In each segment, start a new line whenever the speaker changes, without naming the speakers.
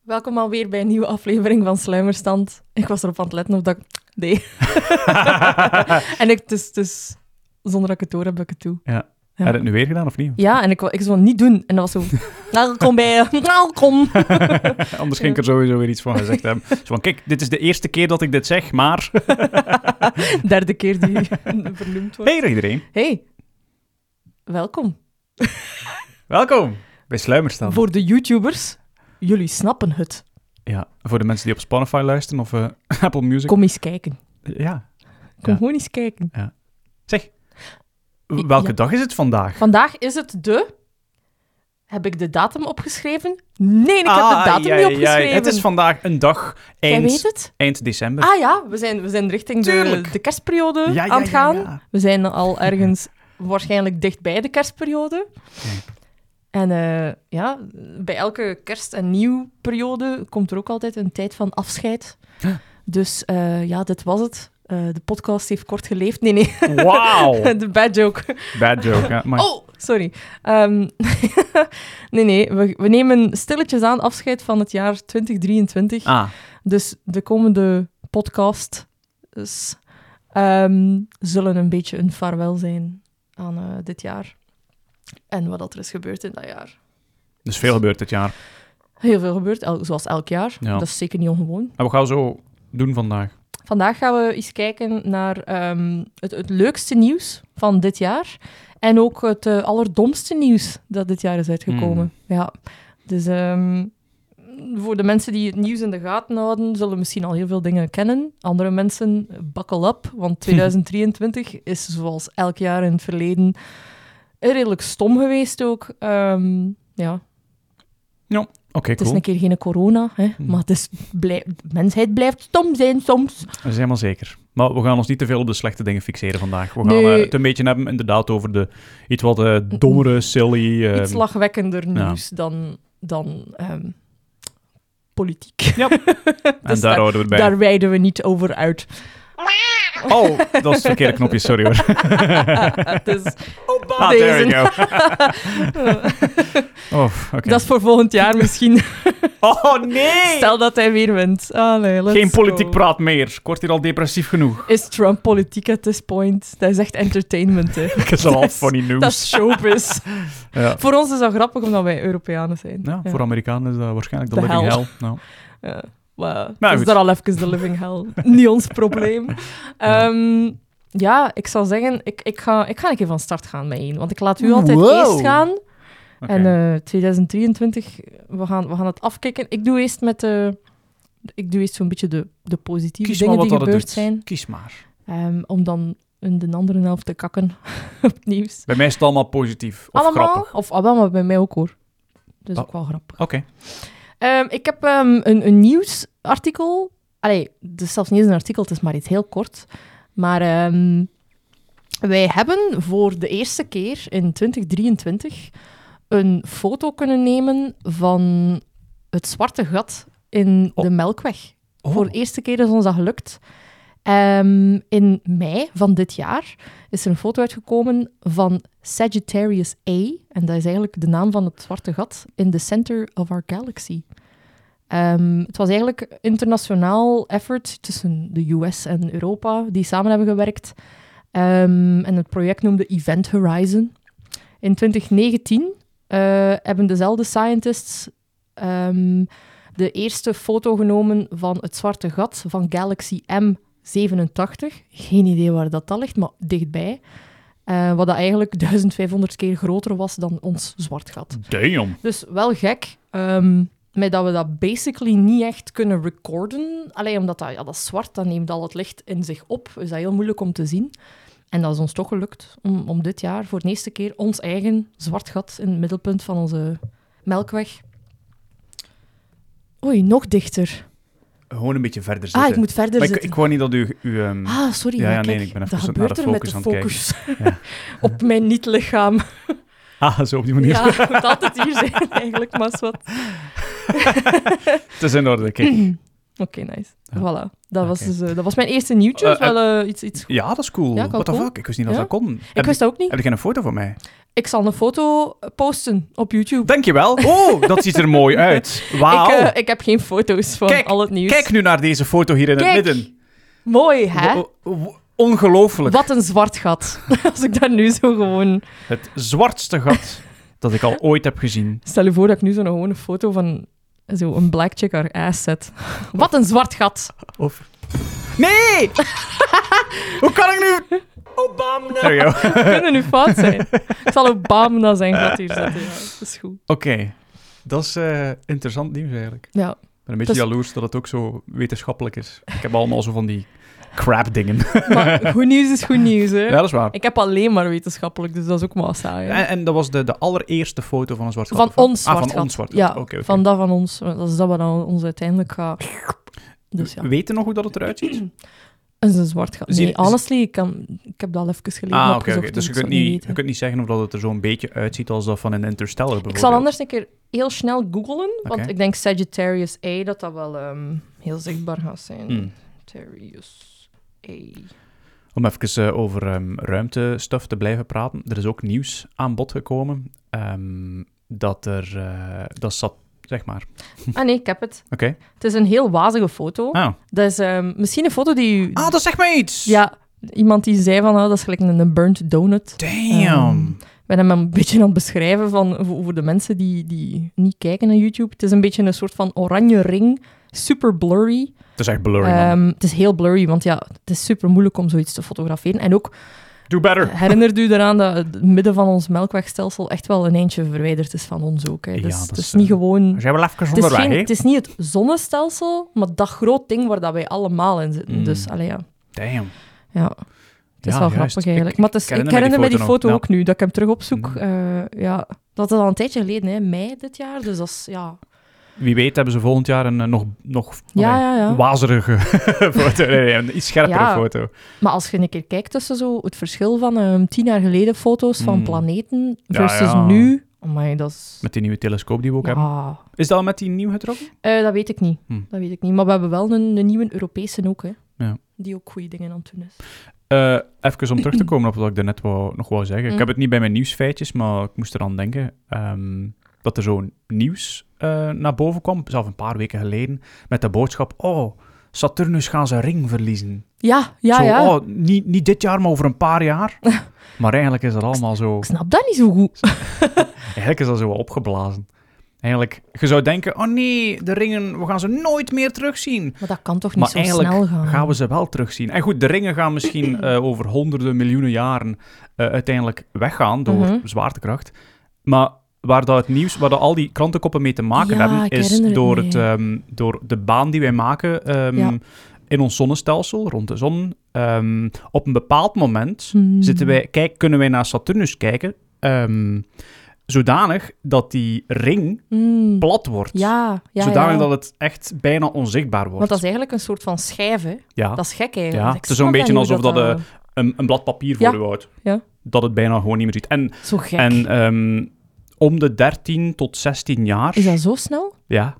Welkom alweer bij een nieuwe aflevering van Sluimerstand. Ik was erop aan het letten of dat ik... Nee. en ik, dus, dus, zonder dat ik het door heb, heb ik het toe. Ja.
Heb je het nu weer gedaan of niet?
Ja, en ik, wou- ik zou het niet doen. En dat was zo... Welkom bij... Welkom!
Anders ging ik er sowieso weer iets van gezegd hebben. Zo van, kijk, dit is de eerste keer dat ik dit zeg, maar...
Derde keer die vernoemd wordt.
Hey iedereen,
Hey, welkom.
welkom bij Sluimerstand.
Voor de YouTubers, jullie snappen het.
Ja, voor de mensen die op Spotify luisteren of eh, Apple Music.
Kom eens kijken.
Ja.
Kom
Ja.
gewoon eens kijken. I-
Welke
ja.
dag is het vandaag?
Vandaag is het de... Heb ik de datum opgeschreven? Nee, ik heb
Ah,
de datum
ja,
niet
ja, ja.
opgeschreven.
Het is vandaag een dag
Jij weet
eind,
het?
eind december.
Ah ja, we zijn, we zijn richting de,
Tuurlijk.
de kerstperiode
Ja, ja,
aan het
ja,
gaan.
ja.
We zijn al ergens waarschijnlijk dicht bij de kerstperiode. En eh, ja, bij elke kerst- en nieuwperiode komt er ook altijd een tijd van afscheid. Dus eh, ja, dit was het. Eh, de podcast heeft kort geleefd. Nee, nee,
Wauw!
de bad joke.
Bad joke, ja. Maar
Oh, sorry. Ehm, nee, nee, we, we nemen stilletjes aan afscheid van het jaar 2023.
Ah,
Dus de komende podcasts ehm, zullen een beetje een vaarwel zijn aan eh, dit jaar. En wat dat er is gebeurd in dat jaar.
dus veel gebeurt dit jaar.
Heel veel gebeurt, el- zoals elk jaar.
Ja.
Dat is zeker niet ongewoon.
En we gaan zo doen vandaag.
Vandaag gaan we eens kijken naar ehm, het, het leukste nieuws van dit jaar. En ook het eh, allerdomste nieuws dat dit jaar is uitgekomen. Ja. Dus ehm, voor de mensen die het nieuws in de gaten houden, zullen misschien al heel veel dingen kennen. Andere mensen, buckle up, want 2023 is zoals elk jaar in het verleden redelijk stom geweest ook. Ehm, ja,
Oké,
het is
cool.
een keer geen corona, hè,
Hmm.
maar het is blij- de mensheid blijft stom zijn soms.
Dat is helemaal zeker. Maar we gaan ons niet te veel op de slechte dingen fixeren vandaag. We gaan
Nee.
eh, het een beetje hebben inderdaad over de iets wat eh, dommere, silly... eh,
Iets lachwekkender
ja.
nieuws dan, dan ehm, politiek.
Ja. en
Dus
daar
daar,
houden we het bij.
daar wijden we niet over uit.
Oh, dat is het verkeerde knopje, sorry hoor.
dus,
Ah, there we go. Oh, oké.
Dat is voor volgend jaar misschien.
Oh nee!
Stel dat hij weer wint. Allee, let's
Geen politiek
go.
praat meer. Ik word hier al depressief genoeg.
Is Trump politiek at this point? Dat is echt entertainment, hè.
Ik is al
Dat is-
funny news.
dat is showbiz.
Ja.
voor ons is dat grappig, omdat wij Europeanen zijn.
Ja,
Ja.
Voor Amerikanen is dat waarschijnlijk de,
De
living
hel.
hell. Nou,
Ja, maar
Nou,
is
goed.
daar al even de living hell. Niet ons probleem.
Ja.
Ehm, ja, ik zou zeggen, ik, ik, ga, ik ga een keer van start gaan met één. Want ik laat u altijd
Wow.
eerst gaan.
oké.
En eh, 2023, we gaan, we gaan het afkicken. Ik doe eerst met de... Ik doe eerst zo'n beetje de, de positieve
Kies maar
dingen
wat
die
dat het
gebeurd
doet.
zijn.
Kies maar.
ehm, om dan in de andere helft te kakken op het nieuws.
Bij mij is het allemaal positief of
allemaal?
grappig.
Of ah, wel, maar bij mij ook hoor. Dus
Oh.
ook wel grappig.
Oké.
Ehm, ik heb ehm, een, een nieuwsartikel. Allee, het is zelfs niet eens een artikel, het is maar iets heel kort. Maar ehm, wij hebben voor de eerste keer in 2023 een foto kunnen nemen van het zwarte gat in
Oh.
de Melkweg.
Oh,
Voor de eerste keer is ons dat gelukt. Ehm, in mei van dit jaar is er een foto uitgekomen van Sagittarius A. En dat is eigenlijk de naam van het zwarte gat in the center of our galaxy. Ehm, het was eigenlijk internationaal effort tussen de US en Europa die samen hebben gewerkt. Ehm, en het project noemde Event Horizon. In 2019 eh, hebben dezelfde scientists ehm, de eerste foto genomen van het zwarte gat van Galaxy M87. Geen idee waar dat dan ligt, maar dichtbij. Eh, wat dat eigenlijk 1500 keer groter was dan ons zwart gat.
Damn.
Dus wel gek, ehm, met dat we dat basically niet echt kunnen recorden. Alleen omdat dat, ja, dat is zwart, dat neemt al het licht in zich op. Dus dat is heel moeilijk om te zien. En dat is ons toch gelukt om, om dit jaar voor de eerste keer ons eigen zwart gat in het middelpunt van onze melkweg. Oei, nog dichter.
Gewoon een beetje verder zitten.
Ah, ik moet verder
Maar ik,
zitten.
ik wou niet dat u... u ehm,
Ah, sorry.
Ja,
ja,
ja, nee,
kijk,
ik ben even
dat
naar
gebeurt
de
er met de
focus aan het
focus. op mijn niet-lichaam.
Ah, zo op die manier.
Ja, het moet altijd hier zijn eigenlijk, maar is wat. Mm.
Het is in orde, kijk.
Oké, nice.
Ja.
Voilà. Dat, was
Oké.
dus, eh, dat was mijn eerste nieuwtje.
Eh, eh,
wel eh, iets, iets...
Ja, dat is
Ja,
cool. What
kan
the
cool.
fuck? Ik wist niet dat
Ja.
dat kon.
Ik
heb,
wist dat ook niet.
heb je geen foto van mij?
Ik zal een foto posten op YouTube.
Dankjewel. Oh, dat ziet er mooi uit. Wauw.
Ik, eh, ik heb geen foto's van
Kijk,
al het nieuws.
Kijk nu naar deze foto hier in het
Kijk.
midden.
Mooi, hè?
Wo- wo- Ongelooflijk.
Wat een zwart gat. Als ik daar nu zo gewoon...
Het zwartste gat dat ik al ooit heb gezien.
Stel je voor dat ik nu zo'n gewone foto van zo een black chick haar ass zet. Wat een zwart gat.
Of... Nee! Hoe kan ik nu... There you go.
We kunnen nu fout zijn. Ik zal ook bam naar zijn gat hier zetten. Ja, dat is goed.
Oké. Dat is eh, interessant nieuws eigenlijk. Ik
Ja,
ben een beetje
Dat is-
jaloers dat het ook zo wetenschappelijk is. Ik heb allemaal zo van die crap dingen.
maar goed nieuws is goed nieuws, hè.
Ja, dat is waar.
Ik heb alleen maar wetenschappelijk, dus dat is ook wel saai. hè.
En, en dat was de, de allereerste foto van een zwart gat?
Van
of wat?
ons
Ah,
zwart
van
gat.
ons zwart gat.
Ja,
Oké, oké.
van dat van ons. want Dat is dat wat dan ons uiteindelijk gaat... Dus ja,
We Weten nog hoe dat het eruit ziet?
dat is een zwart gat.
Zie
Nee,
je-
honestly, ik, kan, ik heb dat al even geleden
ah, oké.
opgezocht.
oké. Dus je
ik
kunt,
zou het
niet, je
weten.
kunt niet zeggen of dat het er zo'n beetje uitziet als dat van een Interstellar bijvoorbeeld.
Ik zal anders een keer heel snel googlen, want
Oké.
ik denk Sagittarius A, dat dat wel ehm, heel zichtbaar gaat zijn.
Hmm.
Sagittarius A.
Om even eh, over ehm ruimtestuff te blijven praten. Er is ook nieuws aan bod gekomen ehm, dat er... eh, dat zat, zeg maar.
Ah nee, ik heb het.
Oké.
Het is een heel wazige foto.
Ah.
Dat is ehm, misschien een foto die u...
ah, dat zegt mij iets!
Ja, iemand die zei van, ah, dat is gelijk een een burnt donut.
Damn!
Ehm, We hebben hem een beetje aan het beschrijven van, voor voor de mensen die, die niet kijken naar YouTube. Het is een beetje een soort van oranje ring, super blurry.
het is echt blurry, man.
Ehm, het is heel blurry, want ja, het is super moeilijk om zoiets te fotograferen. En ook
Do better!
herinnert u eraan dat het midden van ons melkwegstelsel echt wel een eindje verwijderd is van ons ook. Hè.
Ja,
Dus
dat
het
is,
is niet
eh,
gewoon.
Zijn we wel even
Het is,
onderweg,
geen-
hè?
het is niet het zonnestelsel, maar dat groot ding waar dat wij allemaal in zitten.
Mm.
Dus allee, ja.
Damn.
ja. Het is
Ja,
wel
juist.
grappig eigenlijk.
Ik-
maar het is,
ik
ik
herinner me die
herinner me die
foto nog.
foto
Ja.
ook nu, dat ik hem terug opzoek.
Mm.
Eh, ja. Dat is al een tijdje geleden, hè, mei dit jaar. Dus dat is, ja.
Wie weet hebben ze volgend jaar een eh, nog, nog
Ja,
allee,
ja, ja.
wazerige foto. Nee, nee, een iets scherpere
Ja.
foto.
Maar als je een keer kijkt tussen zo het verschil van ehm, tien jaar geleden foto's
Mm.
van planeten
Ja,
versus
ja.
nu. Amai, dat is...
Met die nieuwe telescoop die we ook hebben.
Ja.
Is dat al met die nieuw getrokken?
Eh, dat weet ik niet.
Hm.
Dat weet ik niet. Maar we hebben wel een, een nieuwe Europese ook, hè.
Ja.
Die ook goede dingen aan het doen is.
Eh, even om terug te komen op wat ik daarnet wou, nog wou zeggen. Ik
Mm.
heb het niet bij mijn nieuwsfeitjes, maar ik moest eraan denken ehm, dat er zo'n nieuws eh, naar boven kwam, zelf een paar weken geleden, met de boodschap: Oh, Saturnus gaan zijn ring verliezen.
Ja, ja,
zo,
ja.
Oh, niet, niet dit jaar, maar over een paar jaar. maar eigenlijk is dat allemaal zo.
Ik snap dat niet zo goed.
Eigenlijk is dat zo wel opgeblazen. Eigenlijk, je zou denken: Oh nee, de ringen, we gaan ze nooit meer terugzien.
Maar dat kan toch niet
Maar
zo
eigenlijk
snel gaan?
gaan we ze wel terugzien. En goed, de ringen gaan misschien eh, over honderden miljoenen jaren eh, uiteindelijk weggaan door
Mhm.
zwaartekracht. Maar waar dat het nieuws, waar dat al die krantenkoppen mee te maken
Ja,
hebben,
ik
is
herinner het
door,
me,
het,
ja.
ehm, door de baan die wij maken ehm,
Ja.
in ons zonnestelsel, rond de zon. Ehm, op een bepaald moment
Hmm.
zitten wij, kijk, kunnen wij naar Saturnus kijken, ehm, zodanig dat die ring
Hmm.
plat wordt.
Ja, ja,
zodanig
ja.
dat het echt bijna onzichtbaar wordt.
Want dat is eigenlijk een soort van schijf, hè.
ja.
Dat is gek, eigenlijk.
Ja,
Ik
het is
snap
een beetje
niet
alsof
hoe eh,
dat, eh, een, een blad papier voor
Ja.
u houdt.
Ja.
Dat het bijna gewoon niet meer ziet. En,
Zo gek.
en ehm, om de 13 tot 16 jaar.
Is dat zo snel?
Ja,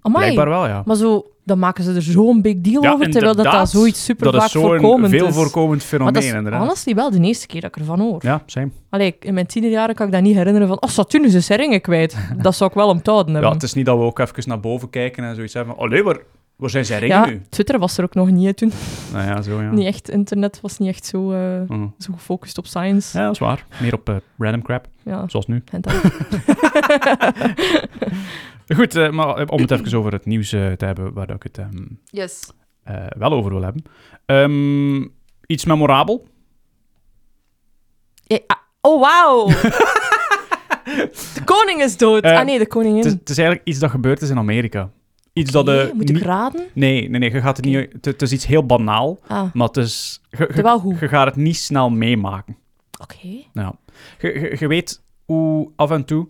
Amai.
blijkbaar wel, ja.
Maar zo, dan maken ze er zo'n big deal
ja,
over, terwijl dat, dat
inderdaad,
zoiets super
Dat
vaak
is zo'n
voorkomend
veel
is.
voorkomend
Maar
fenomeen,
dat is
inderdaad.
honestly wel de eerste keer dat ik ervan hoor.
Ja, same.
Allee, in mijn tienerjaren kan ik dat niet herinneren van... Oh, Saturnus is zijn ringen kwijt. Dat zou ik wel onthouden
Ja,
hebben.
het is niet dat we ook even naar boven kijken en zoiets hebben. van, Allee, waar, waar zijn zij ringen
Ja,
nu?
Twitter was er ook nog niet hè, toen.
Nou ja, zo ja.
Niet echt, internet was niet echt zo, eh,
Mhm.
zo gefocust op science.
Ja, dat is waar. Meer op eh, random crap,
Ja,
zoals nu.
en dat.
Goed, eh, maar om het even over het nieuws eh, te hebben, waar dat ik het ehm,
yes.
eh, wel over wil hebben. Ehm, iets memorabel.
Ja, ah, oh, wauw! de koning is dood.
Eh,
ah nee, de koningin.
Het is, het is eigenlijk iets dat gebeurd is in Amerika. Iets dat... eh,
Nee, moet ik
niet-
raden?
nee, nee, nee, je gaat het niet... Het, het is iets heel banaal,
Ah,
maar het is... Je, je-
terwijl hoe?
je gaat het niet snel meemaken.
Oké.
Ja. Je, je, je weet hoe af en toe,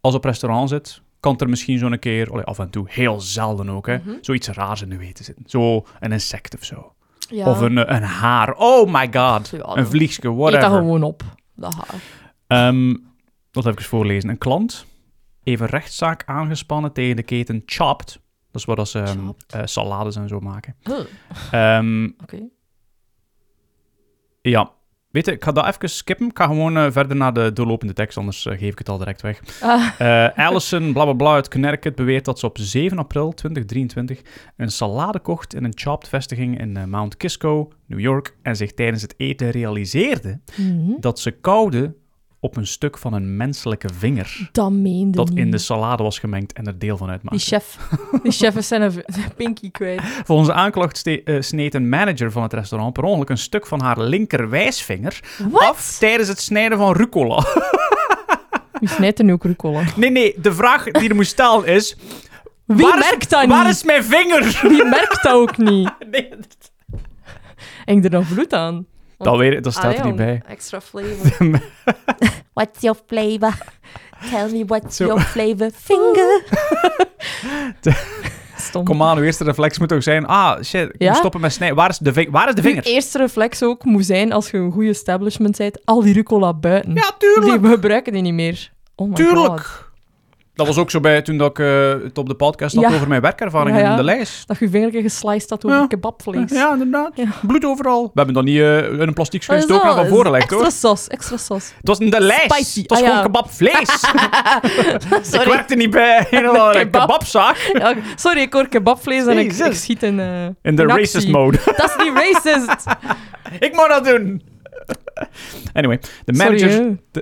als je op restaurant zit, kan er misschien zo'n keer, allee, af en toe, heel zelden ook, hè,
Mhm.
zoiets raars in de weten zitten. Zo een insect of zo.
Ja.
Of een, eh, een haar. Oh my
Ja,
god. een
dat-
vliegje,
Eet dat
whatever.
gewoon op. Dat haar.
Ehm dat heb ik eens voorlezen. Een klant heeft een rechtszaak aangespannen tegen de keten Chopped Dat is waar dat ze ehm,
Chopped.
eh, salades en zo maken.
Huh, Oké.
Ehm, ja, weet je, ik ga dat even skippen. Ik ga gewoon eh, verder naar de doorlopende tekst, anders eh, geef ik het al direct weg.
Ah,
Eh, Allison, blablabla, bla, bla, uit Connecticut beweert dat ze op 7 april 2023 een salade kocht in een Chopped-vestiging in eh, Mount Kisco, New York, en zich tijdens het eten realiseerde
mhm.
dat ze koude op een stuk van een menselijke vinger
Dat meende
dat
niet.
in de salade was gemengd en er deel van
Die
uitmaakte.
chef. Die chef is zijn v- pinky kwijt.
Volgens de aanklacht ste- eh, sneed een manager van het restaurant per ongeluk een stuk van haar linkerwijsvinger af
Wat?
tijdens het snijden van rucola.
Wie snijdt er nu ook rucola?
Nee, nee, de vraag die er moest stellen is...
Ah, Wie
waar is-
merkt dat
Waar
niet?
is mijn vinger?
Wie merkt dat ook niet?
Nee,
Hing er nog bloed aan?
dat, weet, dat staat er niet bij.
Extra flavor. What's your flavor? Tell me what's
Zo.
your flavor. Finger. Stom.
Kom aan, uw eerste reflex moet ook zijn... Ah, shit, ik
Ja? e-
moet stoppen met snijden. Waar is de, ving- waar is de
Je
vinger?
eerste reflex ook moet zijn, als je een goede establishment bent, al die rucola buiten.
Ja,
die,
tuurlijk,
we gebruiken die niet meer. Oh my God.
tuurlijk. Dat was ook zo bij toen dat ik eh, het op de podcast had
Ja.
over mijn werkervaring
Ja, ja.
en de lijst.
Dat je vingerke gesliced had over
Ja.
kebabvlees.
Ja, inderdaad.
Ja.
Bloed overal. We hebben dat niet eh, in een plastic
Dat
schijn
is
gestoken
wel-
en van voren lijkt,
Extra
hoor.
sauce, extra sauce.
Het was in de lijst.
Spicy.
Het was
Ah,
gewoon
ja.
kebab vlees. ik
Sorry.
werkte niet bij een of andere
Kebab.
kebabzaak.
Ja, Sorry, ik hoor kebabvlees en ik,
Jezus.
ik schiet in... eh,
In de
actie.
racist mode.
Dat is niet racist.
Ik moet dat doen. Anyway, de manager,
Sorry, hè.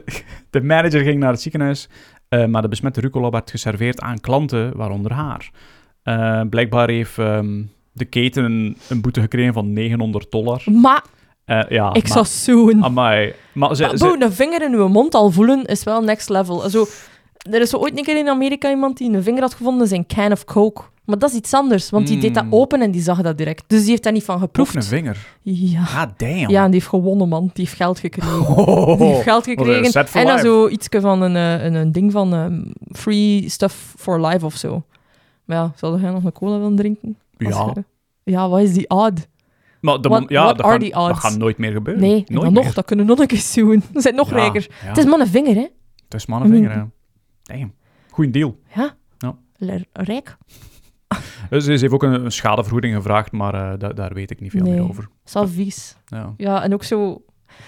de manager ging naar het ziekenhuis, eh, maar de besmette rucola werd geserveerd aan klanten, waaronder haar. Eh, blijkbaar heeft ehm, de keten een, een boete gekregen van 900 dollar.
Maar
Eh, ja,
ik
maar,
zou zoen.
Amai. Maar ze,
Maar
ze-
boe, een vinger in uw mond al voelen is wel next level. Zo, er is zo ooit een keer in Amerika iemand die een vinger had gevonden in zijn can of coke. Maar dat is iets anders, want die deed dat
Mm.
open en die zag dat direct. Dus die heeft daar niet van
proef een
geproefd.
vinger.
Ja.
Ah, damn.
ja, en die heeft gewonnen, man. Die heeft geld gekregen.
Oh, oh, oh.
Die heeft geld
Wat een
gekregen.
set for
En dan
life.
zo iets van een, eh, een, een ding van ehm, free stuff for life of zo. Maar ja, zou jij nog een cola willen drinken? Als
Ja,
je- Ja, wat is die odd?
maar de,
What-
mom- ja,
what
dat,
are
gaan,
the
dat
odds?
gaat nooit meer gebeuren.
Nee, en
Eh, nooit
dan nog,
meer.
dat kunnen we nog een keer zoen. We zijn nog
Ja,
rijker.
ja.
Het is Mm. maar een vinger, hè?
Het is maar een vinger, ja. Damn. Goeie deal.
Ja.
Ja.
Le- Rijk.
Dus ze heeft ook een, een schadevergoeding gevraagd, maar eh, da- daar weet ik niet veel
Nee.
meer over.
Zo vies.
Ja.
Ja, en ook zo...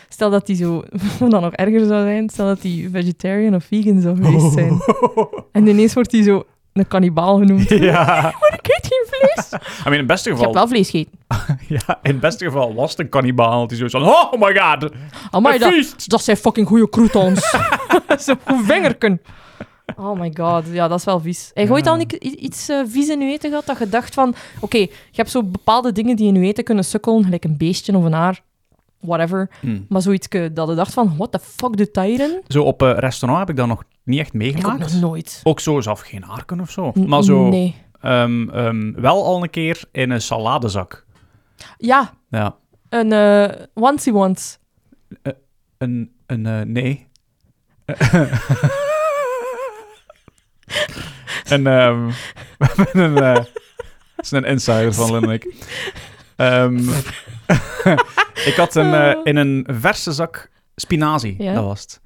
Stel dat die zo... Wat dan nog erger zou zijn, stel dat die vegetarian of vegan zou geweest zijn.
Oh.
En ineens wordt die zo een kannibaal genoemd.
ja.
Maar ik eet geen vlees.
I mean, in het beste
Ik heb
geval,
wel vlees gegeten.
ja, in het beste geval was het een kannibaal die zo van, oh my god,
Amai,
een
dat,
feest.
dat zijn fucking goede croutons. Zo'n vingerken. Oh my god, ja, dat is wel vies. Heb je ooit
Ja.
al niet- i- iets eh, vies in je eten gehad? Dat je dacht van... Oké, je hebt zo bepaalde dingen die in je eten kunnen sukkelen, gelijk een beestje of een haar, whatever.
Hm.
Maar zoiets ke- dat je dacht van, what the fuck doet dat hierin?
Zo op eh, restaurant heb ik dat nog niet
Ik
echt
ook
meegemaakt.
nog nooit.
Ook zo zelf geen harken of zo. Maar zo,
Nee.
ehm, ehm, wel al een keer in een saladezak.
Ja,
Ja.
een eh onesie once.
Een, een eh, nee. en ehm, we hebben een... eh, dat is een insider van Lynn en ik. Ehm, ik had een, eh, in een verse zak spinazie,
Oh. Ja.
dat was het.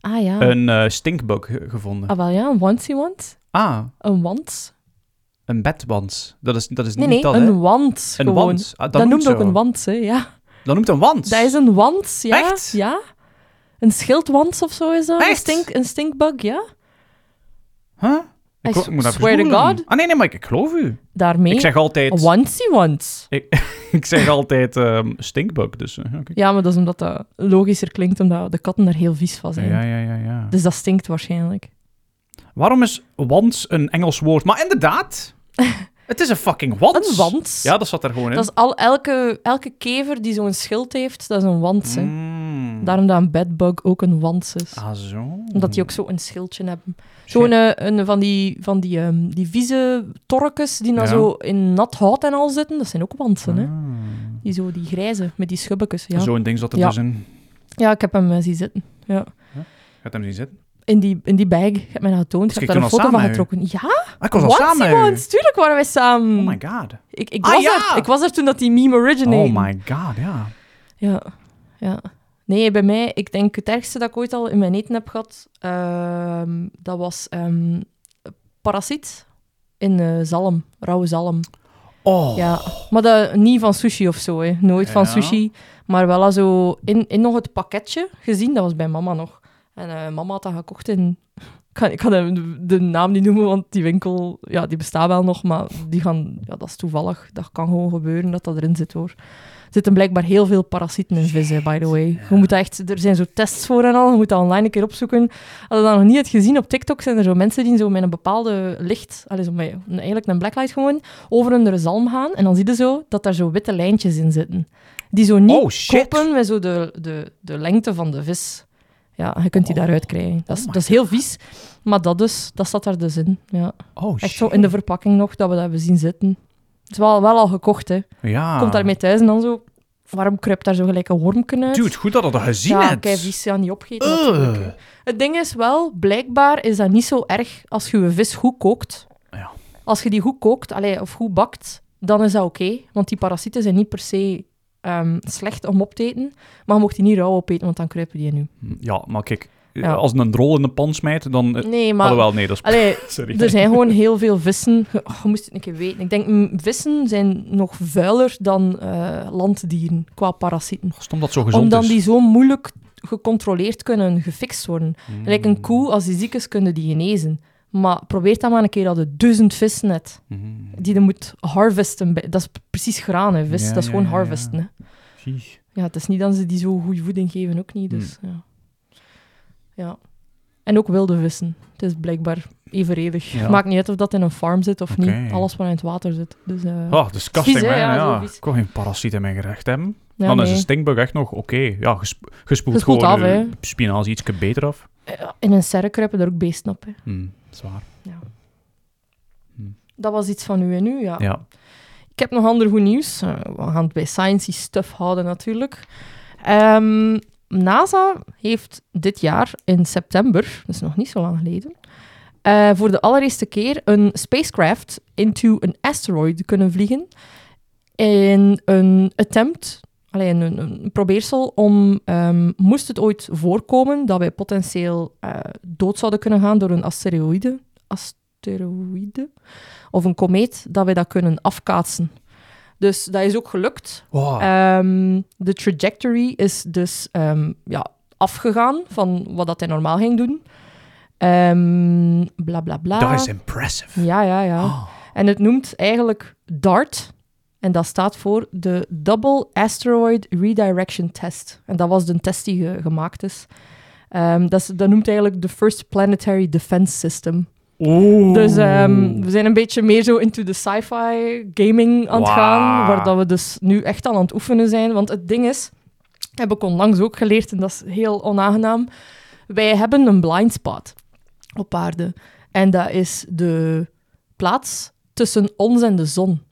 Ah ja.
Een eh, stinkbug ge- gevonden.
Ah wel ja, een onesie once.
Ah,
Een want.
een bedwans. Dat is, dat is
Nee,
niet
nee,
dat, hè?
een want
Een
gewoon.
wand. Ah, dat,
Dat noemt
zo.
ook een want, hè, ja.
Dat noemt een wand.
Dat is een want, ja.
Echt?
Ja. Een schildwans of zo is dat. Een,
Echt?
stink, een stinkbug, ja.
Huh?
I
Ik, ho-
s-
moet even
swear to
googlen.
God.
Ah, nee, nee, maar ik, ik geloof u.
Daarmee.
Ik zeg altijd...
Een onesie once.
Ik zeg altijd ehm, stinkbug, dus eh, oké.
Ja, maar dat is omdat dat logischer klinkt, omdat de katten daar heel vies van zijn.
Ja, ja, ja, ja.
Dus dat stinkt waarschijnlijk.
Waarom is wants een Engels woord? Maar inderdaad, het is een fucking wants.
Een wants.
Ja, dat zat er gewoon in.
Dat is al, elke, elke kever die zo'n schild heeft, dat is een wans. hè.
Mm.
Daarom dat een bedbug ook een wans is.
Ah, zo.
Omdat die ook zo een schildje hebben. Zo'n eh, een van die, van die, ehm, die vieze torkes die dan
Ja.
zo in nat hout en al zitten, dat zijn ook wansen. Hè?
Ah.
Die, zo, die grijze, met die schubbekes. Ja.
Zo'n ding zat er
Ja.
dus in.
ja, ik heb hem eh, zien zitten. Ja.
Gaat hem zien zitten.
In, die, in die bag, je hebt mij dat getoond.
Dus
ik heb
kijk,
daar een
toen
foto
al
van
samen,
getrokken. Ja,
Ah, ik was al samen.
wansie wans, tuurlijk waren wij samen.
Oh my god.
ik, ik,
Ah,
was
ja!
er, ik was er toen dat die meme originated.
Oh my god, ja.
Ja, ja. Nee, bij mij, ik denk het ergste dat ik ooit al in mijn eten heb gehad, ehm, dat was ehm, parasiet in eh, zalm, rauwe zalm.
Oh,
Ja, maar dat, niet van sushi of zo, hè. nooit van
Ja.
sushi. Maar wel al zo in, in nog het pakketje gezien, dat was bij mama nog. En eh, mama had dat gekocht in... Ik kan, ik kan hem de, de naam niet noemen, want die winkel ja, die bestaat wel nog, maar die gaan, ja, dat is toevallig. Dat kan gewoon gebeuren dat dat erin zit, hoor. Er zitten blijkbaar heel veel parasieten in vissen, by the way. Je moet dat echt, er zijn zo tests voor en al, je moet dat online een keer opzoeken. Als je dat nog niet hebt gezien op TikTok, zijn er zo mensen die zo met een bepaalde licht, allee, zo met, eigenlijk een blacklight gewoon, over hun zalm gaan. En dan zie je zo dat daar zo witte lijntjes in zitten. Die zo niet
Oh, shit.
kloppen met zo de, de, de lengte van de vis. Ja, je
Oh
kunt die daaruit krijgen. Dat is, dat is heel vies. Maar dat, dus, dat zat daar dus in. Ja.
oh shit.
Echt zo in de verpakking nog, dat we dat hebben zien zitten. Het is wel, wel al gekocht, hè.
ja.
Komt daarmee thuis en dan zo... Waarom kruipt daar zo gelijk een wormken uit?
Dude, goed dat we dat gezien
ja,
hebt.
kei vies, ja, niet opgeten
Ugh.
natuurlijk, hè. Het ding is wel, blijkbaar is dat niet zo erg als je je vis goed kookt.
Ja.
Als je die goed kookt, allee, of goed bakt, dan is dat oké. want die parasieten zijn niet per se ehm, slecht om op te eten. Maar je mocht die niet rauw opeten, want dan kruipen die in u.
Ja, maar kijk,
Ja.
als een drol in de pan smijt, dan... eh,
Nee, maar...
Alhoewel, nee, dat is...
Allee, dus-
Sorry.
er zijn gewoon heel veel vissen. Je- oh, je moest het een keer weten. Ik denk, mm, vissen zijn nog vuiler dan eh, landdieren qua parasieten.
Is het Omdat het zo gezond
Omdat
is.
die zo moeilijk gecontroleerd kunnen, gefixt worden.
Mm.
Like
Hmm.
een koe, als die ziek is, kunnen die genezen. Maar probeer dat maar een keer dat de duizend vissen net
Mm.
die je moet harvesten. bij- Dat is precies graan, hè, vis.
Ja,
dat is
ja,
gewoon
ja, ja.
harvesten. Hè.
Zie.
Ja, het is niet dat ze die zo goede voeding geven, ook niet. Dus,
Hmm.
ja. ja. En ook wilde vissen. Het is blijkbaar evenredig.
Ja.
Maakt niet uit of dat in een farm zit of
Oké.
niet. Alles wat in het water zit. Dus, eh,
Ah, disgusting,
Vies, hè?
man.
Ja,
Ja,
zo vies.
Ik kon geen parasiet in mijn gerecht hebben.
ja,
dan is
nee.
een stinkbug echt nog oké. Ja, gesp- gespoeld
Gespoeld
gewoon
af,
eh,
hè.
spinazie ietsje beter af.
Eh, In een serre kruipen er ook beesten op. Hè.
Hm, zwaar.
Dat was iets van u en u, ja.
Ja.
Ik heb nog ander goed nieuws. Eh, we gaan het bij sciency stuff houden natuurlijk. Ehm, NASA heeft dit jaar in september, dus nog niet zo lang geleden, eh, voor de allereerste keer een spacecraft into een asteroid kunnen vliegen in een attempt, alleen een, een probeersel om, ehm, moest het ooit voorkomen dat wij potentieel eh, dood zouden kunnen gaan door een asteroïde, asteroïde of een komeet, dat wij dat kunnen afkaatsen. Dus dat is ook gelukt.
Wow.
Ehm, de trajectory is dus ehm, ja, afgegaan van wat dat hij normaal ging doen. Ehm bla bla bla.
dat is impressive.
Ja, ja, ja.
Ah.
En het noemt eigenlijk DART. En dat staat voor de Double Asteroid Redirection Test. En dat was de test die ge- gemaakt is. Ehm, dat, is- dat noemt eigenlijk de First Planetary Defense System.
Oeh.
Dus ehm, we zijn een beetje meer zo into de sci-fi gaming aan het
Wauw.
gaan. Waar dat we dus nu echt al aan het oefenen zijn. Want het ding is, heb ik onlangs ook geleerd, en dat is heel onaangenaam. Wij hebben een blind spot op aarde. En dat is de plaats tussen ons en de zon.